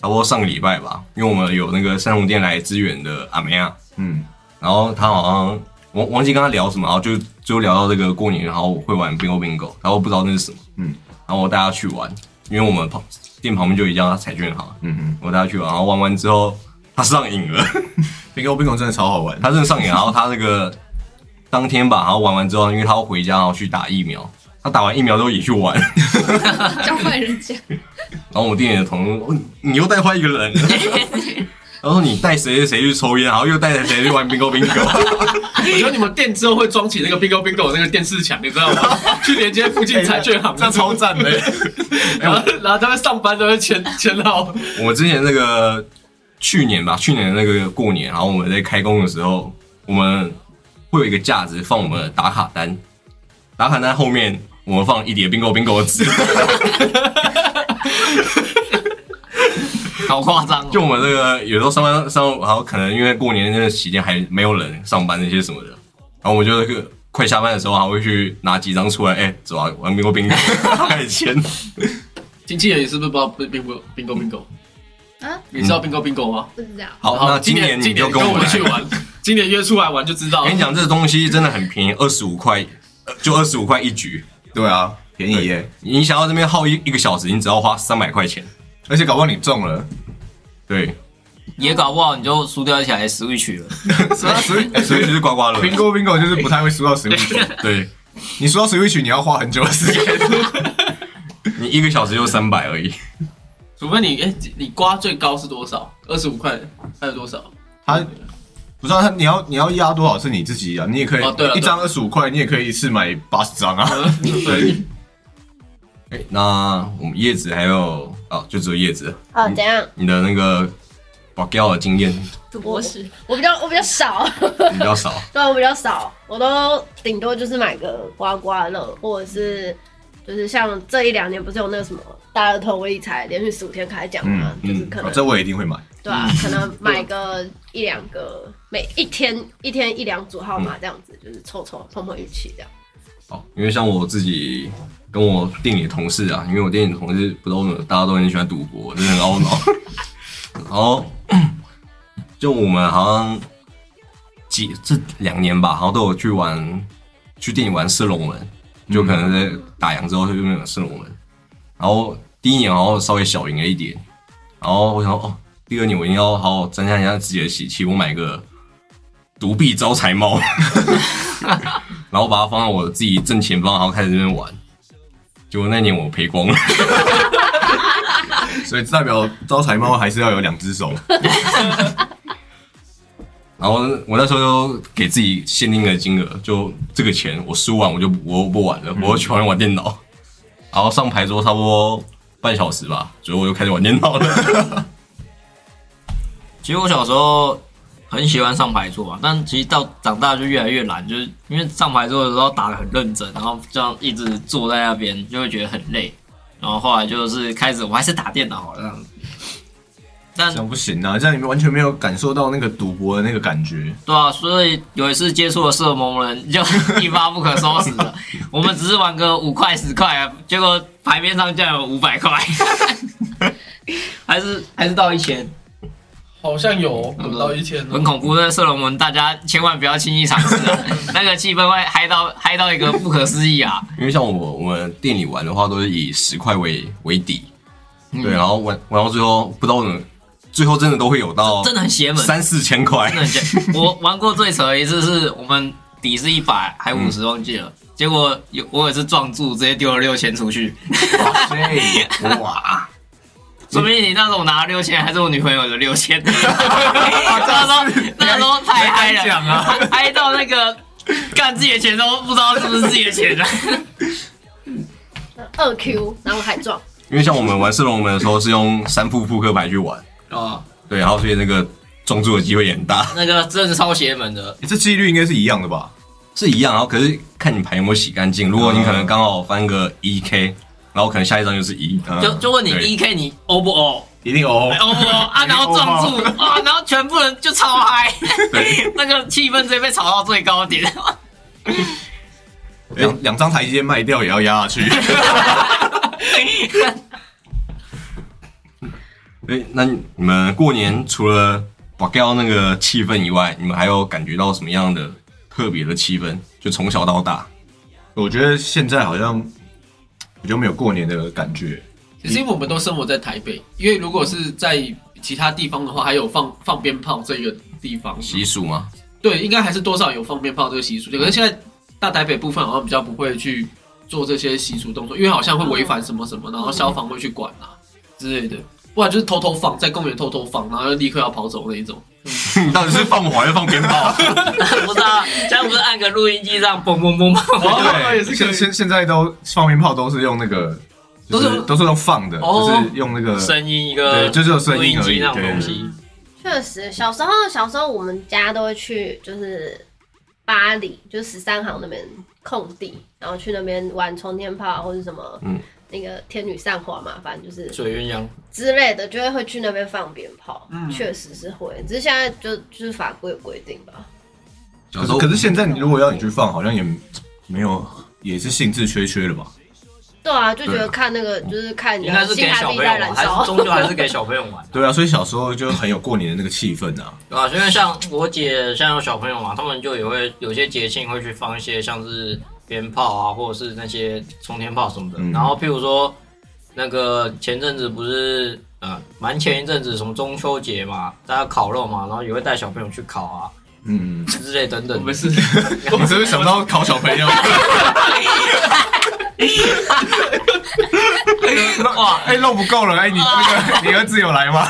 [SPEAKER 1] 差不多上个礼拜吧，因为我们有那个三重电来支援的阿梅亚，
[SPEAKER 2] 嗯，
[SPEAKER 1] 然后他好像忘忘记跟他聊什么，然后就就聊到这个过年，然后我会玩 bingo bingo，然后不知道那是什么，
[SPEAKER 2] 嗯，
[SPEAKER 1] 然后我带他去玩，因为我们旁店旁边就有一家彩券行，
[SPEAKER 2] 嗯哼
[SPEAKER 1] 我带他去玩，然后玩完之后他上瘾了，
[SPEAKER 2] ，bingo bingo 真的超好玩。
[SPEAKER 1] 他真的上瘾，然后他那个当天吧，然后玩完之后，因为他要回家，然后去打疫苗，他打完疫苗之后也去玩，然
[SPEAKER 6] 教坏人家。后
[SPEAKER 1] 后我店里的同事说，哦你又带坏一个人。然后你带谁谁谁去抽烟，然后又带谁谁去玩 bingo bingo，
[SPEAKER 3] 我觉得你们店之后会装起那个 bingo bingo 那个电视墙，你知道吗？去连接附近彩券行，
[SPEAKER 1] 哎
[SPEAKER 2] 这样超赞的。
[SPEAKER 3] 然后 然后他们上班都会签签到，
[SPEAKER 1] 我们之前那个去年吧，去年的那个过年，然后我们在开工的时候，我们会有一个架子放我们的打卡单，打卡单后面我们放一叠 bingo bingo 的纸，
[SPEAKER 4] 好夸张 哦！
[SPEAKER 1] 就我们这个有时候上班上，然后可能因为过年那个期间还没有人上班那些什么的，然后我们就那个快下班的时候还会去拿几张出来，哎、走啊，玩 bingo bingo，开始签。
[SPEAKER 3] 经纪人你是不是不知道 bingo bingo bingo？
[SPEAKER 6] 啊，
[SPEAKER 3] 你知道 bingo bingo 吗？
[SPEAKER 6] 不知道，
[SPEAKER 1] 好，嗯哦那今
[SPEAKER 3] 年
[SPEAKER 1] 年
[SPEAKER 3] 今
[SPEAKER 1] 你就
[SPEAKER 3] 跟
[SPEAKER 1] 跟我
[SPEAKER 3] 们
[SPEAKER 1] 来
[SPEAKER 3] 去。玩， 今年约出来玩就知道
[SPEAKER 1] 我
[SPEAKER 3] 了
[SPEAKER 1] 跟。你讲，这东西真的很便宜，二十五块，呃就二十五块一局。
[SPEAKER 2] 对啊，便宜耶，
[SPEAKER 1] 你想要这边耗一一个小时，你只要花三百块钱。
[SPEAKER 2] 而且搞不好你中了，
[SPEAKER 1] 对，
[SPEAKER 4] 也搞不好你就输掉一台 Switch 了。
[SPEAKER 2] 所以所以
[SPEAKER 1] 所以就是刮刮乐。
[SPEAKER 2] bingo bingo 就是不太会输到 Switch，
[SPEAKER 1] 对
[SPEAKER 2] 你输到 Switch 你要花很久的时间。
[SPEAKER 1] 你一个小时就三百而已。
[SPEAKER 3] 除非你哎，你刮最高是多少？二十五块还有多少？
[SPEAKER 2] 他不知道他你要你要压多少是你自己啊，你也可以、
[SPEAKER 3] 哦对了嗯
[SPEAKER 2] 一张二十五块，你也可以一次买八十张啊。
[SPEAKER 3] 对，
[SPEAKER 1] 哎、那我们叶子还有啊，就只有叶子，
[SPEAKER 5] 哦，怎样？
[SPEAKER 1] 你的那个刮掉的经验
[SPEAKER 6] 赌博史。
[SPEAKER 5] 我比较我比较少，
[SPEAKER 1] 比较少。
[SPEAKER 5] 对啊我比较少，我都顶多就是买个刮刮乐，或者是就是像这一两年不是有那个什么大乐透微彩，连续十五天开奖嘛，
[SPEAKER 1] 嗯
[SPEAKER 5] 就是可
[SPEAKER 2] 啊
[SPEAKER 5] 能、
[SPEAKER 2] 这我也一定会买。
[SPEAKER 5] 对啊，可能买个一两个，每一天一天一两组号
[SPEAKER 1] 嗯
[SPEAKER 5] 码这样子，就是凑凑碰碰运气这样。
[SPEAKER 1] 好，哦因为像我自己跟我店里的同事啊，因为我店里的同事不都大家都很喜欢赌博，真的很懊恼。 然后 就我们好像几这两年吧，好像都有去玩去店里玩射龙门，就可能在打烊之后就那种射龙门。然后第一年然后稍微小赢了一点，然后我想说哦，第二年我一定要好好增加一下自己的喜气，我买个独臂招财猫。然后把它放到我自己正前方，然后开始这边玩。结果那年我赔光了，
[SPEAKER 2] 所以代表招财猫还是要有两只 手。
[SPEAKER 1] 然后我那时候就给自己限定的金额，就这个钱我输完我就我不玩
[SPEAKER 4] 嗯
[SPEAKER 1] 了，我要去旁边玩电脑。然后上牌桌差不多半小时吧，所以我就开始玩电脑 了。
[SPEAKER 4] 其实我小时候很喜欢上牌桌啊，但其实到长大就越来越懒，就是因为上牌桌的时候打得很认真，然后这样一直坐在那边就会觉得很累，然后后来就是开始我还是打电脑好了这样子。但
[SPEAKER 2] 这样不行啊，这样你们完全没有感受到那个赌博的那个感觉。
[SPEAKER 4] 对啊，所以有一次接触了色盲人，就一发不可收拾了。我们只是玩个五块十块啊，结果牌面上竟然有五百块，还是还是到一千，
[SPEAKER 3] 好像有不到一千哦，
[SPEAKER 4] 很恐怖。那色龙门大家千万不要轻易尝试 啊，那个气氛会嗨到嗨到一个不可思议啊！
[SPEAKER 1] 因为像我我们店里玩的话，都是以十块为为底，
[SPEAKER 4] 嗯
[SPEAKER 1] 对，然后玩玩到最后不知道为什么，最后真的都会有到
[SPEAKER 4] 真的很邪门，
[SPEAKER 1] 哦三四千块
[SPEAKER 4] 真。的很邪。我玩过最扯的一次是我们底是一百还五十，忘记了。结果有我也是撞柱，直接丢了六千出去。
[SPEAKER 2] 哇塞，哇，
[SPEAKER 4] 说明你那时候拿六千，还是我女朋友 的
[SPEAKER 1] 哦啊
[SPEAKER 4] 六千。那时候那时候太嗨了，嗨到那个干自己的钱都不知道是不是自己的钱啊！
[SPEAKER 5] 二 Q，然后海撞，
[SPEAKER 1] 因为像我们玩四龙门的时候是用三副扑克牌去玩，
[SPEAKER 4] 啊，
[SPEAKER 1] 对，然后所以那个中注的机会也很大，
[SPEAKER 4] 那个真的是超邪门的，
[SPEAKER 2] 欸这几率应该是一样的吧？
[SPEAKER 1] 是一样。然后可是看你牌有没有洗干净，如果你可能刚好翻个一 K，然后可能下一张就是一，啊
[SPEAKER 2] 嗯
[SPEAKER 4] 就就问你
[SPEAKER 1] 对
[SPEAKER 4] E K 你 O 不 O
[SPEAKER 2] 一定
[SPEAKER 3] 哎
[SPEAKER 2] 哦
[SPEAKER 4] O 不 O 啊，然后撞住啊，然后全部人就超嗨， 那个气氛直接被炒到最高点。
[SPEAKER 2] 两两张台阶卖掉也要压下去。
[SPEAKER 1] 对，那你们过年除了把掉那个气氛以外，你们还有感觉到什么样的特别的气氛？就从小到大，
[SPEAKER 2] 我觉得现在好像我就没有过年的感觉。
[SPEAKER 3] 其实因为我们都生活在台北，因为如果是在其他地方的话，还有放放鞭炮这个地方
[SPEAKER 1] 习俗吗？
[SPEAKER 3] 对，应该还是多少有放鞭炮这个习俗。可是现在大台北部分好像比较不会去做这些习俗动作，因为好像会违反什么什么，然后消防会去管啊之类的。不然就是偷偷放，在公园偷偷放，然后就立刻要跑走那一种。
[SPEAKER 1] 你到底是放火还是放鞭 炮？
[SPEAKER 4] 不是啊，现在不是按个录音机这样嘣嘣嘣嘣，
[SPEAKER 3] 哦也是可
[SPEAKER 2] 现
[SPEAKER 3] 以
[SPEAKER 2] 现现在都放鞭炮都是用那个，就
[SPEAKER 3] 都
[SPEAKER 2] 是
[SPEAKER 3] 是
[SPEAKER 2] 都是用放的，
[SPEAKER 3] 哦
[SPEAKER 2] 就是用那个
[SPEAKER 4] 声音一
[SPEAKER 2] 对，
[SPEAKER 4] 个
[SPEAKER 2] 就是有声
[SPEAKER 4] 录
[SPEAKER 2] 音
[SPEAKER 4] 音
[SPEAKER 2] 而
[SPEAKER 4] 机
[SPEAKER 2] 已。
[SPEAKER 4] 那种
[SPEAKER 2] 对
[SPEAKER 4] 东，西。
[SPEAKER 5] 确实，小时候小时候我们家都会去，就是巴黎，就是十三行那边空地，然后去那边玩冲天炮啊或者什么，
[SPEAKER 1] 嗯
[SPEAKER 5] 那个天女散花嘛，反正就是
[SPEAKER 4] 水鸳鸯，
[SPEAKER 5] 之类的，就会会去那边放鞭炮，
[SPEAKER 3] 嗯
[SPEAKER 5] 确、实是会，只是现在就就是法规有规定吧。
[SPEAKER 1] 小
[SPEAKER 2] 可
[SPEAKER 1] 时
[SPEAKER 2] 是
[SPEAKER 1] 候
[SPEAKER 2] 可是现在你如果要你去放，好像也没有，也是兴致缺缺的吧？
[SPEAKER 5] 对啊，就觉
[SPEAKER 1] 对
[SPEAKER 5] 得
[SPEAKER 1] 啊
[SPEAKER 5] 看那个就是看
[SPEAKER 4] 啊
[SPEAKER 5] 你
[SPEAKER 4] 应该是
[SPEAKER 5] 新
[SPEAKER 4] 给
[SPEAKER 5] 台
[SPEAKER 4] 小
[SPEAKER 5] 币
[SPEAKER 4] 朋友
[SPEAKER 5] 在燃
[SPEAKER 4] 玩，还是
[SPEAKER 5] 烧，
[SPEAKER 4] 终究还是给小朋友玩。
[SPEAKER 2] 对啊，所以小时候就很有过年的那个气氛啊。
[SPEAKER 4] 对啊，因为像我姐像有小朋友嘛，他们就也会有些节庆会去放一些像是鞭炮啊，或者是那些冲天炮什么的。
[SPEAKER 2] 嗯
[SPEAKER 4] 然后譬如说，那个前阵子不是呃，蛮前一阵子什么中秋节嘛，大家烤肉嘛，然后也会带小朋友去烤啊
[SPEAKER 2] 嗯，
[SPEAKER 4] 之类等
[SPEAKER 3] 我
[SPEAKER 4] 等
[SPEAKER 3] 们
[SPEAKER 4] 的。
[SPEAKER 3] 是
[SPEAKER 2] 我只是想到烤小 朋友，
[SPEAKER 4] 哇，
[SPEAKER 2] 哎，肉不够了，哎，你那个你儿子有来吗？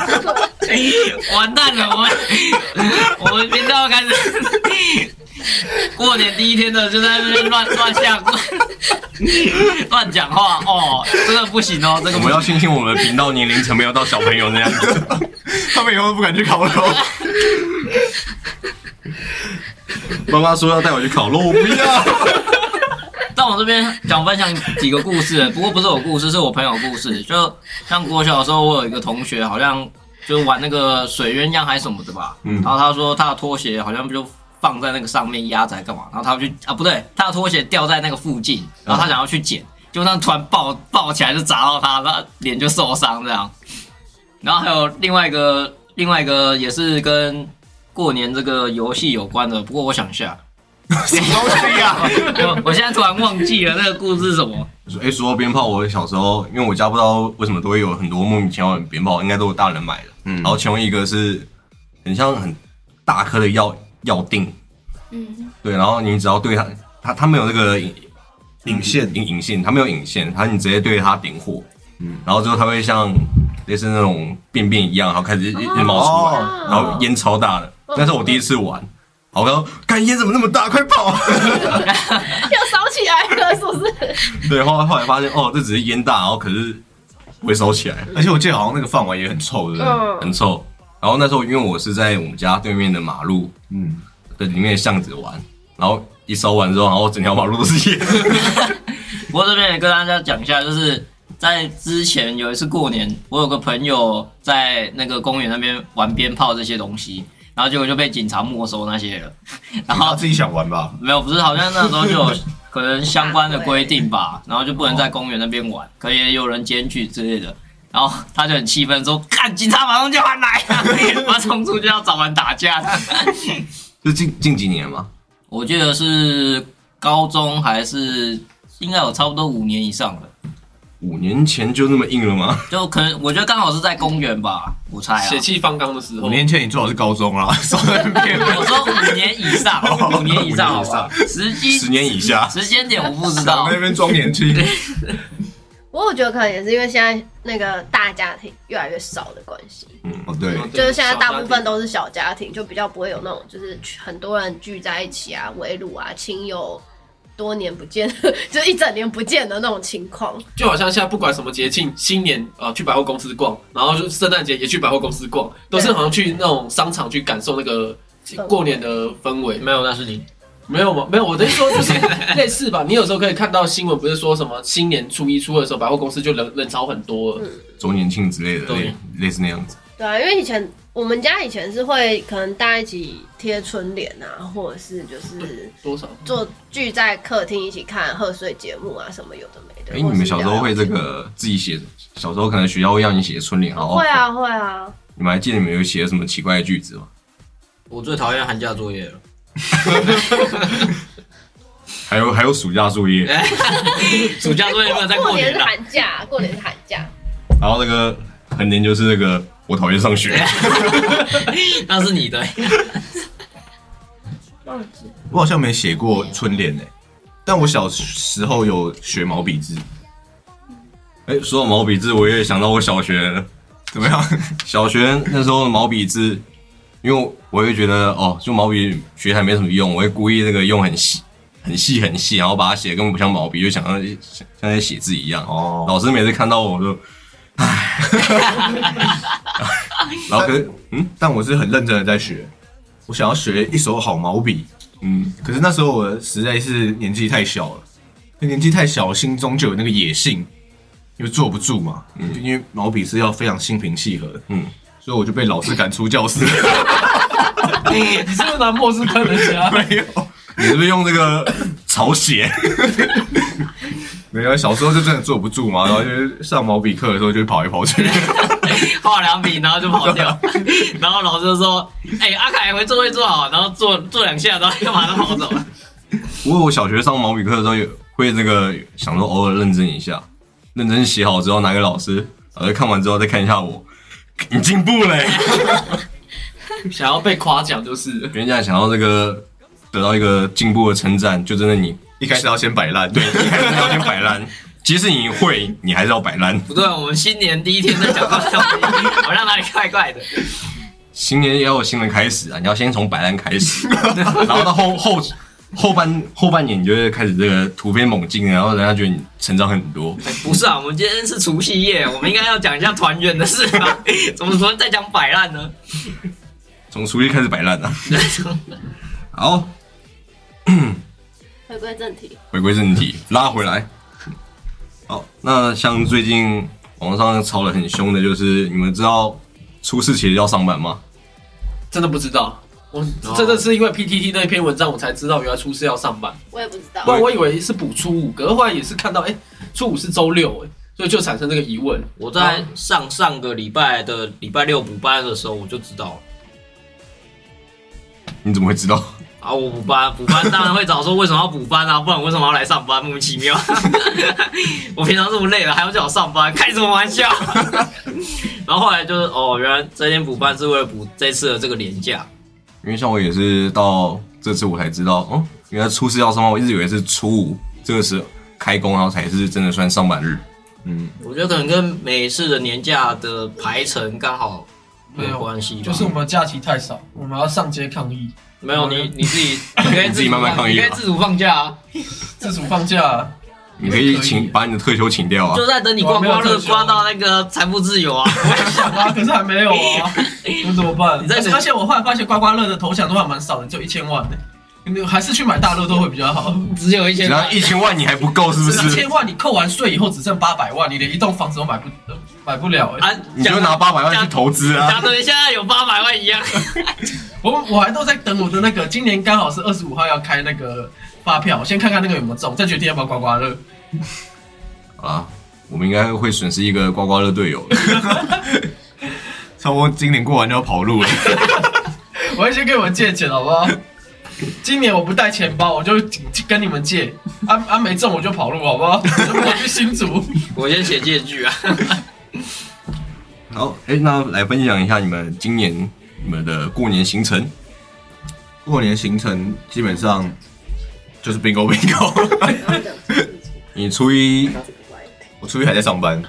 [SPEAKER 4] 完蛋了，我们我们频道开始过年第一天的就在那边乱乱下乱讲话哦，这个不行哦，这个
[SPEAKER 1] 我
[SPEAKER 4] 不
[SPEAKER 1] 们
[SPEAKER 4] 行
[SPEAKER 1] 要庆幸我们的频道年龄层没有到小朋友那样子。
[SPEAKER 2] 他们以后都不敢去 烤肉。
[SPEAKER 1] 妈妈说要带我去烤肉，我不要。
[SPEAKER 4] 但我这边想分享几个故事，不过不是我故事，是我朋友故事。就像国小的时候，我有一个同学，好像就玩那个水鸳鸯还是什么的吧。
[SPEAKER 1] 嗯
[SPEAKER 4] 然后他说他的拖鞋好像就放在那个上面压着还干嘛，然后他去啊不对，他的拖鞋掉在那个附近，然后他想要去捡，就那突然抱抱起来就砸到他，他脸就受伤这样。然后还有另外一个另外一个也是跟过年这个游戏有关的，不过我想一下。 什么东西啊！我我现在突然忘记了那个故事是什么。
[SPEAKER 1] 哎、说到鞭炮，我小时候因为我家不知道为什么都会有很多莫名其妙的鞭炮，应该都是大人买的。
[SPEAKER 2] 嗯
[SPEAKER 1] 然后其中一个是很像很大颗的药药锭，
[SPEAKER 6] 嗯，
[SPEAKER 1] 对，然后你只要对它，它它没有那个引
[SPEAKER 2] 引线
[SPEAKER 1] 引引线，它没有引线，它你直接对它点火，
[SPEAKER 2] 嗯
[SPEAKER 1] 然后之后它会像类似那种便便一样，然后开始一直冒出来，
[SPEAKER 2] 哦
[SPEAKER 1] 然后烟超大的，那是我第一次玩。然后我刚刚看烟怎么那么大，快跑！
[SPEAKER 5] 又烧起来了，是 不是？
[SPEAKER 1] 对，后来后来发现哦，这只是烟大，然后可是不会烧起来，
[SPEAKER 2] 而且我记得好像那个饭碗也很臭，对不对？
[SPEAKER 5] 嗯，
[SPEAKER 1] 很臭。然后那时候因为我是在我们家对面的马路
[SPEAKER 2] 嗯，
[SPEAKER 1] 的里面的巷子玩，然后一烧完之后，然后整条马路都是烟。
[SPEAKER 4] 不过这边也跟大家讲一下，就是在之前有一次过年，我有个朋友在那个公园那边玩鞭炮这些东西，然后结果就被警察没收那些了。 然后
[SPEAKER 2] 他自己想玩吧。
[SPEAKER 4] 没有，不是，好像那时候就有可能相关的规定吧，然后就不能在公园那边玩，可能也有人检举之类的。然后他就很气愤，说：“看，警察马上就要来了， 马上冲出去要找人打架。
[SPEAKER 1] 就近近几年嘛，”
[SPEAKER 4] 我记得是高中还是应该有差不多五年以上了，
[SPEAKER 1] 五年前就那么硬了吗？
[SPEAKER 4] 就可能我觉得刚好是在公园吧，我猜啊
[SPEAKER 3] 血。气方刚的时
[SPEAKER 2] 五
[SPEAKER 3] 候，
[SPEAKER 2] 年前你最好是高中 啊啦，少在那边。
[SPEAKER 4] 我说五年以上， 五年以上好吧？时机
[SPEAKER 1] 十年以下，
[SPEAKER 4] 时间点我不知
[SPEAKER 2] 少
[SPEAKER 4] 道
[SPEAKER 2] 在，那边装年轻。
[SPEAKER 5] 不过我觉得可能也是因为现在那个大家庭越来越少的关系，
[SPEAKER 2] 哦，对，
[SPEAKER 5] 就是现在大部分都是小家庭，就比较不会有那种就是很多人聚在一起啊、围炉啊、亲友多年不见， 就是一整年不见的那种情况。
[SPEAKER 3] 就好像现在不管什么节庆，新年啊、呃去百货公司逛，然后就圣诞节也去百货公司逛，都是好像去那种商场去感受那个
[SPEAKER 5] 围
[SPEAKER 3] 过年的氛围。
[SPEAKER 4] 没有，那是你。
[SPEAKER 3] 没有吗？没有，我的意思说就是 类似吧。你有时候可以看到新闻，不是说什么新年初一、初二的时候，百货公司就人人潮很多了。
[SPEAKER 1] 周年庆之类的，
[SPEAKER 3] 对
[SPEAKER 1] 类类似那样子。
[SPEAKER 5] 对啊，因为以前我们家以前是会可能大家一起贴春联啊，或者是就是
[SPEAKER 3] 多少？
[SPEAKER 5] 坐聚在客厅一起看贺岁节目啊，什么有的没的。
[SPEAKER 1] 哎、你们小时候会这
[SPEAKER 5] 或者是聊聊天？
[SPEAKER 1] 个自己写？小时候可能学校会让你写春联，好好。
[SPEAKER 5] 会。啊会啊，
[SPEAKER 1] 你们还记得你们有写什么奇怪的句子吗？
[SPEAKER 4] 我最讨厌寒假作业了。
[SPEAKER 1] 还有还有暑假作业，
[SPEAKER 4] 暑假作业没有在
[SPEAKER 5] 过
[SPEAKER 4] 过
[SPEAKER 5] 年
[SPEAKER 1] 啊
[SPEAKER 4] 年
[SPEAKER 5] 是
[SPEAKER 4] 了，
[SPEAKER 5] 寒假，过年是寒假。
[SPEAKER 1] 然后那个横年就是那个我讨厌上学。
[SPEAKER 4] 那是你 的。
[SPEAKER 5] 忘记
[SPEAKER 2] 我好像没写过春联诶、但我小时候有学毛笔字，
[SPEAKER 1] 哎、说到毛笔字，我也想到我小学了
[SPEAKER 2] 怎么样？
[SPEAKER 1] 小学那时候的毛笔字，因为我会觉得哦，就毛笔学还没什么用，我会故意那个用很细、很细、很细，然后把它写得根本不像毛笔，就想像像在写字一样。
[SPEAKER 2] 哦
[SPEAKER 1] 老师每次看到我就，唉， 然后可是嗯
[SPEAKER 2] 但我是很认真的在学，我想要学一手好毛笔，
[SPEAKER 1] 嗯，
[SPEAKER 2] 可是那时候我实在是年纪太小了，年纪太小，心中就有那个野性，因为坐不住嘛，因为毛笔是要非常心平气和，嗯
[SPEAKER 1] 嗯，
[SPEAKER 2] 所以我就被老师赶出 教室。
[SPEAKER 3] 你是不是拿莫斯科人家？
[SPEAKER 2] 没有，
[SPEAKER 1] 你是不是用这 个草写？
[SPEAKER 2] 没有，小时候就真的坐不住嘛，然后就是上毛笔课的时候就跑来 跑去，
[SPEAKER 4] 哎画两笔，然后就跑 掉。然后老师就说：“哎、阿凯回座位坐好。”然后坐坐两下，然后就马上跑走了。
[SPEAKER 1] 不过我小学上毛笔课的时候，有会这个想说偶尔认真一下，认真写好之后拿给老师，老师看完之后再看一下我，你进步了欸、
[SPEAKER 3] 想要被夸奖就是了。
[SPEAKER 1] 人家想要这个得到一个进步的称赞，就真的你
[SPEAKER 2] 一开始要先摆烂，对，
[SPEAKER 1] 你还是要先摆 烂。即使你会，你还是要摆烂。
[SPEAKER 4] 不对，我们新年第一天在讲这个东西， 好像哪里怪怪的。
[SPEAKER 1] 新年也要有新的开始啊，你要先从摆烂开 始，然后到后后后半后半年，你就会开始这个突飞猛进，然后人家觉得你成长很多。
[SPEAKER 4] 不是啊，我们今天是除夕夜，我们应该要讲一下团圆的事吧？ 怎么说在讲摆烂呢？
[SPEAKER 1] 从初一开始摆烂 啊。好，
[SPEAKER 5] 回归正题，
[SPEAKER 1] 回归正题，拉回来。好，那像最近网上吵得很凶的，就是你们知道出事其实要上班吗？
[SPEAKER 3] 真的不知道，我真的是因为 PTT 那篇文章，我才知道原来初四要上班，
[SPEAKER 5] 我也不知道
[SPEAKER 3] 不。然我以为是补初五，可是后来也是看到，哎、初五是周六、哎，所以就产生这个疑问。
[SPEAKER 4] 我在上上个礼拜的礼拜六补班的时候，我就知道了。
[SPEAKER 1] 你怎么会知道？
[SPEAKER 4] 啊，我补班，补班当然会找说为什么要补班啊，不然我为什么要来上班？莫名其妙。 我平常这么累了，还要叫我上班，开什么玩笑？ 然后后来就是哦，原来这天补班是为了补这次的这个年假。
[SPEAKER 1] 因为像我也是到这次我才知道，哦，原来初四要上班，我一直以为是初五这个时候开工，然后才是真的算上班日。
[SPEAKER 4] 我觉得可能跟每次的年假的排程刚好有关系吧。
[SPEAKER 3] 就是我们假期太少，我们要上街抗 议，
[SPEAKER 4] 没有你你自 己，你可以
[SPEAKER 1] 自己慢慢抗议
[SPEAKER 4] 你
[SPEAKER 1] 吧
[SPEAKER 4] 可以自主放假啊，
[SPEAKER 3] 自主放假、
[SPEAKER 1] 你可以
[SPEAKER 3] 可以
[SPEAKER 1] 请把你的退休请掉啊
[SPEAKER 4] 就！在等你刮刮乐刮到那个财富自由啊。
[SPEAKER 3] 想啊，可是还没有啊，那怎么办？
[SPEAKER 4] 你在
[SPEAKER 3] 而且
[SPEAKER 4] 等
[SPEAKER 3] 而且我后来发现刮刮乐的头奖都还蛮少的，只有一千万呢、你还是去买大乐透会比较好。
[SPEAKER 4] 只有一千
[SPEAKER 1] 然后一千万你还不够是不
[SPEAKER 3] 一
[SPEAKER 1] 是？
[SPEAKER 3] 千万你扣完税以后只剩八百万，你连一栋房子都买不买不了、哎。
[SPEAKER 4] 啊，
[SPEAKER 1] 你就拿八百万去投资
[SPEAKER 4] 讲
[SPEAKER 1] 啊！
[SPEAKER 4] 的现在有八百万一样。
[SPEAKER 3] 我我还都在等我的那个，今年刚好是二十五号要开那个发票，我先看看那个有没有中，再决定要不要刮刮乐。
[SPEAKER 1] 啊，我们应该会损失一个刮刮乐队友的。
[SPEAKER 2] 差不多今年过完就要跑路了。
[SPEAKER 3] 我会先跟你们借钱，好不好？今年我不带钱包，我就跟你们借，啊啊没中我就跑路，好不好？我去新竹。
[SPEAKER 4] 我先写借据啊。
[SPEAKER 1] 好，哎、那来分享一下你们今年你们的过年行程。
[SPEAKER 2] 过年行程基本上 就是 bingo bingo，
[SPEAKER 1] 你初一
[SPEAKER 2] 我初一还在上班，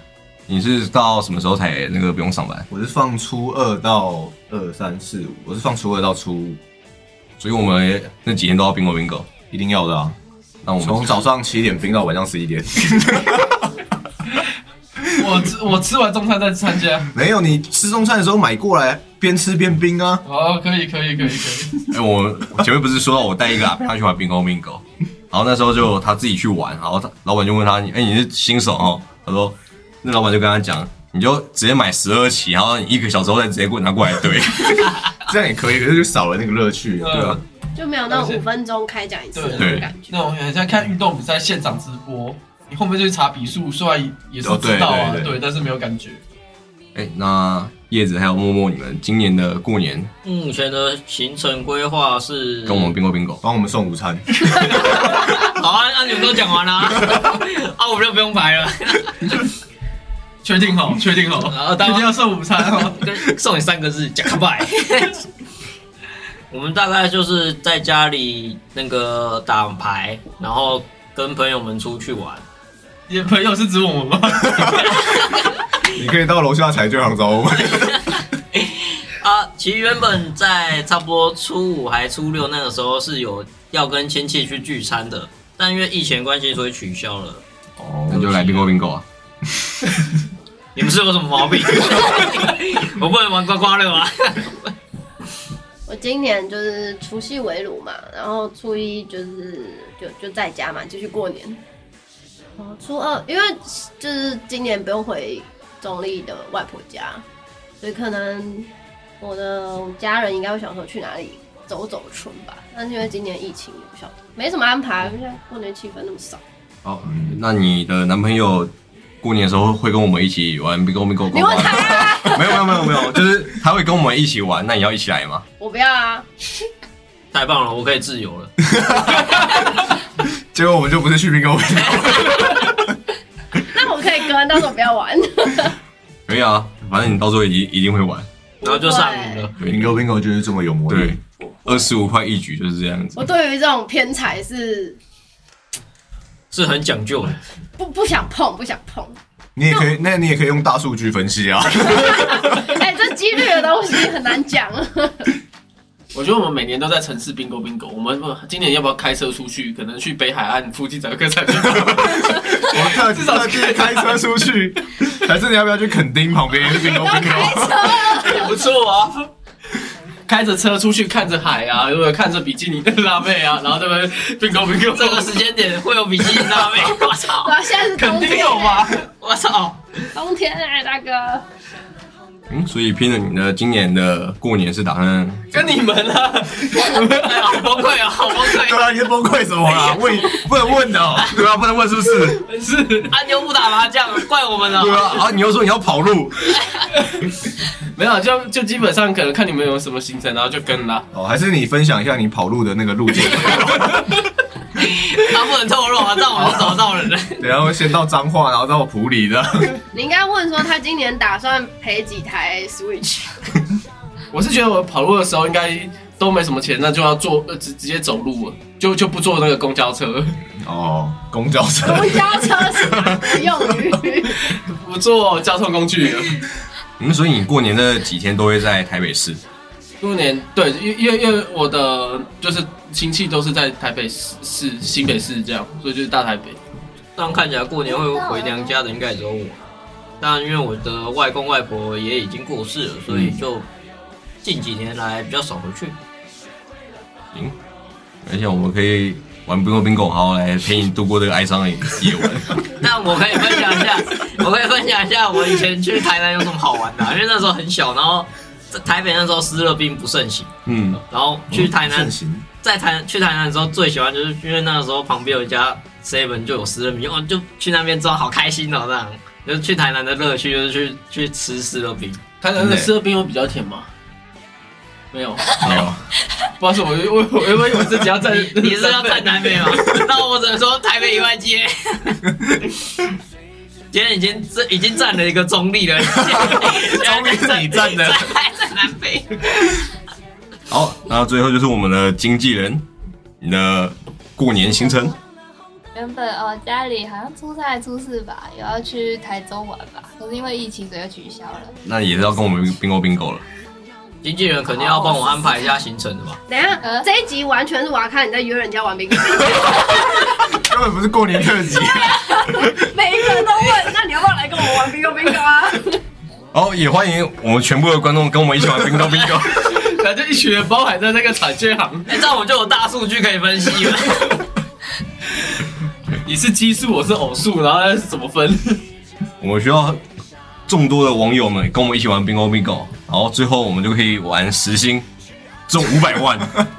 [SPEAKER 1] 你是到什么时候才那个不用上班？
[SPEAKER 2] 我是放初二到二三四五，我是放初二到初五，
[SPEAKER 1] 所以我们那几天都要 bingo bingo。
[SPEAKER 2] 一定要的啊！
[SPEAKER 1] 那我
[SPEAKER 2] 从
[SPEAKER 1] 们
[SPEAKER 2] 早上七点冰到晚上十一点，
[SPEAKER 3] 我吃我吃完中餐再参加。
[SPEAKER 2] 没有你吃中餐的时候买过来，边吃边冰啊。
[SPEAKER 3] 哦，可以可以可以可以。
[SPEAKER 1] 哎、我我前面不是说到我带一个阿啊飘去玩 bingo bingo，然后那时候就他自己去玩，然后他老板就问他，哎、你是新手哦？他说，那老板就跟他讲，你就直接买十二期，然后你一个小时后再直接给我拿过来对。
[SPEAKER 2] 这样也可以，可是就少了那个乐趣，对吧、
[SPEAKER 5] 就没有那种五分钟开讲一次的那种感觉。
[SPEAKER 3] 那我很像看运动比赛现场直播，你后面就去查比数，虽然也是知道
[SPEAKER 2] 哦
[SPEAKER 3] 啊，
[SPEAKER 2] 对对对
[SPEAKER 3] 对，但是没有感觉。
[SPEAKER 1] 哎、那叶子还有默默，你们今年的过年
[SPEAKER 4] 目前的行程规划是
[SPEAKER 1] 跟我们 bingo bingo，
[SPEAKER 2] 帮我们送午餐，
[SPEAKER 4] 好啊，那你们都讲完 了啊，啊，我们就不用排了，
[SPEAKER 3] 确定 好，确定好，哦
[SPEAKER 4] 啊当
[SPEAKER 3] 一
[SPEAKER 4] 然
[SPEAKER 3] 定要送午餐哦。
[SPEAKER 4] 跟送你三个字，讲拜。 我们大概就是在家里那个打牌，然后跟朋友们出去玩。
[SPEAKER 3] 你的朋友是指我们吗？
[SPEAKER 2] 你可以到楼下财券行找我买。
[SPEAKER 4] 啊，其实原本在差不多初五还初六那个时候是有要跟亲戚去聚餐的，但因为疫情关系，所以取消了。
[SPEAKER 1] 那就来 bingo bingo 啊。
[SPEAKER 4] 你们是有什么毛病？ 我不能玩刮刮乐啊吗？
[SPEAKER 5] 我今年就是除夕围炉嘛，然后初一就是就就在家嘛，继续过年。然后初二，因为就是今年不用回中立的外婆家，所以可能我的家人应该会想说去哪里走走春吧。但是因为今年疫情，也不晓得没什么安排，现在过年气氛那么少。
[SPEAKER 1] 好，那你的男朋友过年的时候会跟我们一起玩 bingo bingo
[SPEAKER 5] 你问他、啊，
[SPEAKER 1] 没有没有没有没有，就是他会跟我们一起玩，那你要一起来吗？
[SPEAKER 5] 我不要啊，
[SPEAKER 4] 太棒了，我可以自由了。
[SPEAKER 2] 结果我们就不是去冰沟，
[SPEAKER 5] 那我可以跟，但是我不要玩。
[SPEAKER 1] 可以啊，反正你到时候一定一定会玩。
[SPEAKER 4] 然后就上瘾了。
[SPEAKER 2] 冰沟冰沟就是这么有魔
[SPEAKER 1] 对
[SPEAKER 2] 力。，
[SPEAKER 1] 二十五块一局就是这样子
[SPEAKER 5] 我。对于这种偏财是
[SPEAKER 4] 是很讲究的。
[SPEAKER 5] 不不想碰，不想碰。
[SPEAKER 2] 你也可以，那你也可以用大数据分析啊。
[SPEAKER 5] 哎、这几率的东西很难讲。
[SPEAKER 3] 我觉得我们每年都在城市 bingo bingo，我们今年要不要开车出去？可能去北海岸附近找一个产品。
[SPEAKER 2] 我特至少可以开车出去，还是你要不要去垦丁旁边冰沟冰沟？
[SPEAKER 3] 不错啊。开着车出去看着海啊，或者看着比基尼的辣妹啊，然后这边 bingo bingo，
[SPEAKER 4] 这个时间点会有比基尼 辣妹，我操！
[SPEAKER 5] 然后现在是冬
[SPEAKER 3] 肯
[SPEAKER 5] 天、
[SPEAKER 3] 定有吧？
[SPEAKER 4] 我操！
[SPEAKER 5] 冬天哎、大哥，
[SPEAKER 1] 嗯，所以拼了你的今年的过年是打算
[SPEAKER 3] 跟你们啊，
[SPEAKER 4] 哎呀，好崩溃啊，好崩
[SPEAKER 2] 对
[SPEAKER 4] 溃！
[SPEAKER 2] 啊，你是崩溃什么啦？问不能问的哦，
[SPEAKER 1] 哎 对啊，不能问是不是？
[SPEAKER 3] 是
[SPEAKER 4] 啊，你又不打麻将，怪我们了。
[SPEAKER 1] 对啊，啊，你又说你要跑路，
[SPEAKER 3] 没有，啊就就基本上可能看你们有什么行程，然后就跟啦。
[SPEAKER 2] 哦，还是你分享一下你跑路的那个 路径？
[SPEAKER 4] 他不能透露啊，这样我就找到人了。
[SPEAKER 2] 等一下会先到彰化，然后到普里的。
[SPEAKER 5] 你应该问说他今年打算赔几台 Switch？
[SPEAKER 3] 我是觉得我跑路的时候应该都没什么钱，那就要坐呃直直接走路了，就就不坐那个公交车，
[SPEAKER 2] 哦，公交车
[SPEAKER 5] 公交车是哪个 用语？
[SPEAKER 3] 不坐交通工具了。
[SPEAKER 1] 嗯，所以你过年的几天都会在台北市，
[SPEAKER 3] 过年对，因因为因为我的就是亲戚都是在台北市市新北市这样，所以就是大台北。
[SPEAKER 4] 这样看起来过年会回娘家的应该也只有我，但因为我的外公外婆也已经过世了，所以就近几年来比较少回 去。
[SPEAKER 1] 而且我们可以玩 bingo bingo，好好来陪你度过这个哀伤的夜晚。
[SPEAKER 4] 但我可以分享一下， 我可以分享一下我以前去台南有什么好玩的啊、因为那时候很小，然后在台北那时候湿热病不盛行，
[SPEAKER 1] 嗯，
[SPEAKER 4] 然后去台南
[SPEAKER 2] 盛行，
[SPEAKER 4] 在台去台南的时候，最喜欢就是因为那个时候旁边有一家 seven 就有食人饼，哦，就去那边之后好开心哦，这样。就是去台南的乐趣就是去去吃湿热饼，
[SPEAKER 3] 台南的
[SPEAKER 1] 对
[SPEAKER 3] 十二冰有比较甜吗？没有，
[SPEAKER 1] 没有，
[SPEAKER 3] 不好意思，我我我我以为我自己要站，
[SPEAKER 4] 你是要站南北吗？那我只能说台北一万街。今天已经这已经占了一个中立了，中
[SPEAKER 2] 立是你占的
[SPEAKER 4] 在在南北。
[SPEAKER 1] 好，那最后就是我们的经纪人，你的过年行程。
[SPEAKER 6] 原本哦家里好像初三还初四吧，有要去台中玩吧，可是因为疫情所以又取消了。
[SPEAKER 1] 那也是要跟我们 bingo bingo 了。
[SPEAKER 4] 经纪人肯定要帮我安排一下行程的嘛。
[SPEAKER 5] 等一下、
[SPEAKER 6] 呃
[SPEAKER 5] 这一集完全是我要看你在约人家玩冰棍，
[SPEAKER 2] 根本不是过年特辑。
[SPEAKER 5] 每一个人都问，那你要不要来跟我玩冰棍冰棍啊？
[SPEAKER 1] 好，也欢迎我们全部的观众跟我们一起玩 bingo bingo。
[SPEAKER 3] 反正一群人包含在那个产业行，
[SPEAKER 4] 哎，这样我就有大数据可以分析了。
[SPEAKER 3] 你是奇数，我是偶数，然后那是怎么分？
[SPEAKER 1] 我们需要众多的网友们跟我们一起玩 bingo bingo，然后最后我们就可以玩实心中五百万。
[SPEAKER 6] 啊，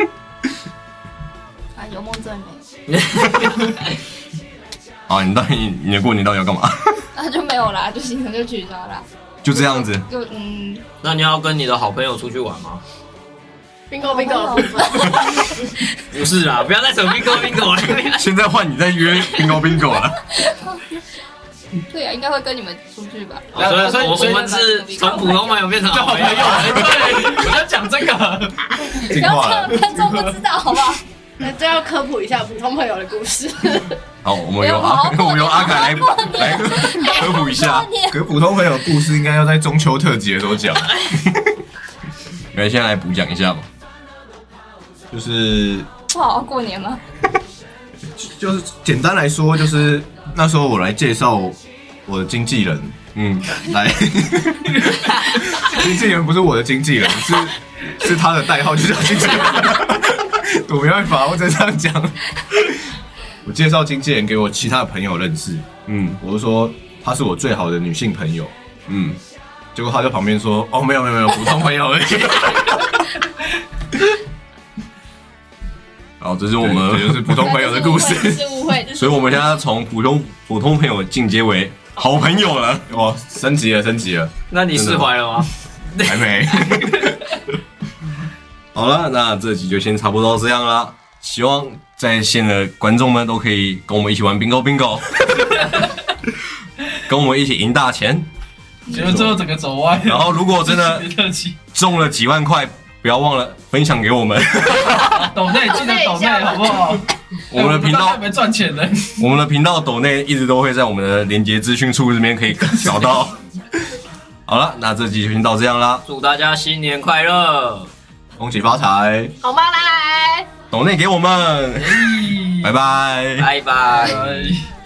[SPEAKER 6] 有梦最美，
[SPEAKER 1] 啊，你到底你的过年到底要干嘛？
[SPEAKER 6] 那、就没有啦，就行程就取消啦。
[SPEAKER 1] 就这样子。
[SPEAKER 6] 就嗯，
[SPEAKER 4] 那你要跟你的好朋友出去玩吗？
[SPEAKER 5] 冰棍冰 棍，
[SPEAKER 4] 不是啦，不要再扯 bingo bingo 了。
[SPEAKER 1] 现在换你在约 bingo bingo 了。
[SPEAKER 6] 对啊呀、应该会跟你们出去吧？
[SPEAKER 4] 所以，所以我们是从普通朋友变成好
[SPEAKER 3] 好
[SPEAKER 4] 朋
[SPEAKER 3] 朋友，
[SPEAKER 4] 友。
[SPEAKER 3] 哎 对，我要讲这个。
[SPEAKER 6] 不要这样，观众不知道好不好？
[SPEAKER 5] 那这要科普一下普通朋友的故事。
[SPEAKER 1] 好，我们由阿，
[SPEAKER 6] 没 有
[SPEAKER 1] 我们由阿凯来
[SPEAKER 6] 好好过年
[SPEAKER 1] 来科普一下
[SPEAKER 6] 过。年
[SPEAKER 2] 可是普通朋友的故事应该要在中秋特辑的时候讲，
[SPEAKER 1] 来，现在来补讲一下吧。
[SPEAKER 2] 就是
[SPEAKER 6] 不好好过年吗？
[SPEAKER 2] 就是简单来说，就是那时候我来介绍我的经纪人
[SPEAKER 1] 嗯，
[SPEAKER 2] 来，经纪人不是我的经纪人，是是他的代号，就叫经纪人。我没办法，我只能这样讲。我介绍经纪人给我其他的朋友认识，
[SPEAKER 1] 嗯
[SPEAKER 2] 我就说她是我最好的女性朋友，
[SPEAKER 1] 嗯，
[SPEAKER 2] 结果他在旁边说：“哦，没有没有没有，普通朋友而已。
[SPEAKER 1] 好，这是”我
[SPEAKER 2] 我
[SPEAKER 1] 们
[SPEAKER 2] 们就是普通朋友的故事。
[SPEAKER 6] 是误会，
[SPEAKER 1] 所以我们现在从普通普通朋友进阶为好朋友了。
[SPEAKER 2] 哇，升级了，升级了，
[SPEAKER 4] 那你释怀了吗？
[SPEAKER 2] 还没。
[SPEAKER 1] 好了，那这集就先差不多这样啦。希望在线的观众们都可以跟我们一起玩 bingo bingo，跟我们一起赢大钱。
[SPEAKER 3] 觉得最后整个走歪了，
[SPEAKER 1] 然后如果真的
[SPEAKER 3] 特辑，
[SPEAKER 1] 中了几万块，不要忘了分享给我 们。
[SPEAKER 3] 抖内记得抖内好不好？
[SPEAKER 1] 我们的频
[SPEAKER 3] 哎
[SPEAKER 1] 道
[SPEAKER 3] 我不知道他有没有赚钱呢？
[SPEAKER 1] 我们的频道抖内一直都会在我们的连接资讯处这边可以找 到。好了，那这集就先到这样啦。
[SPEAKER 4] 祝大家新年快乐！
[SPEAKER 2] 恭喜发财！
[SPEAKER 5] 好吧，来来来。
[SPEAKER 1] 抖内给我们，拜拜。
[SPEAKER 4] 拜拜。
[SPEAKER 3] 哎。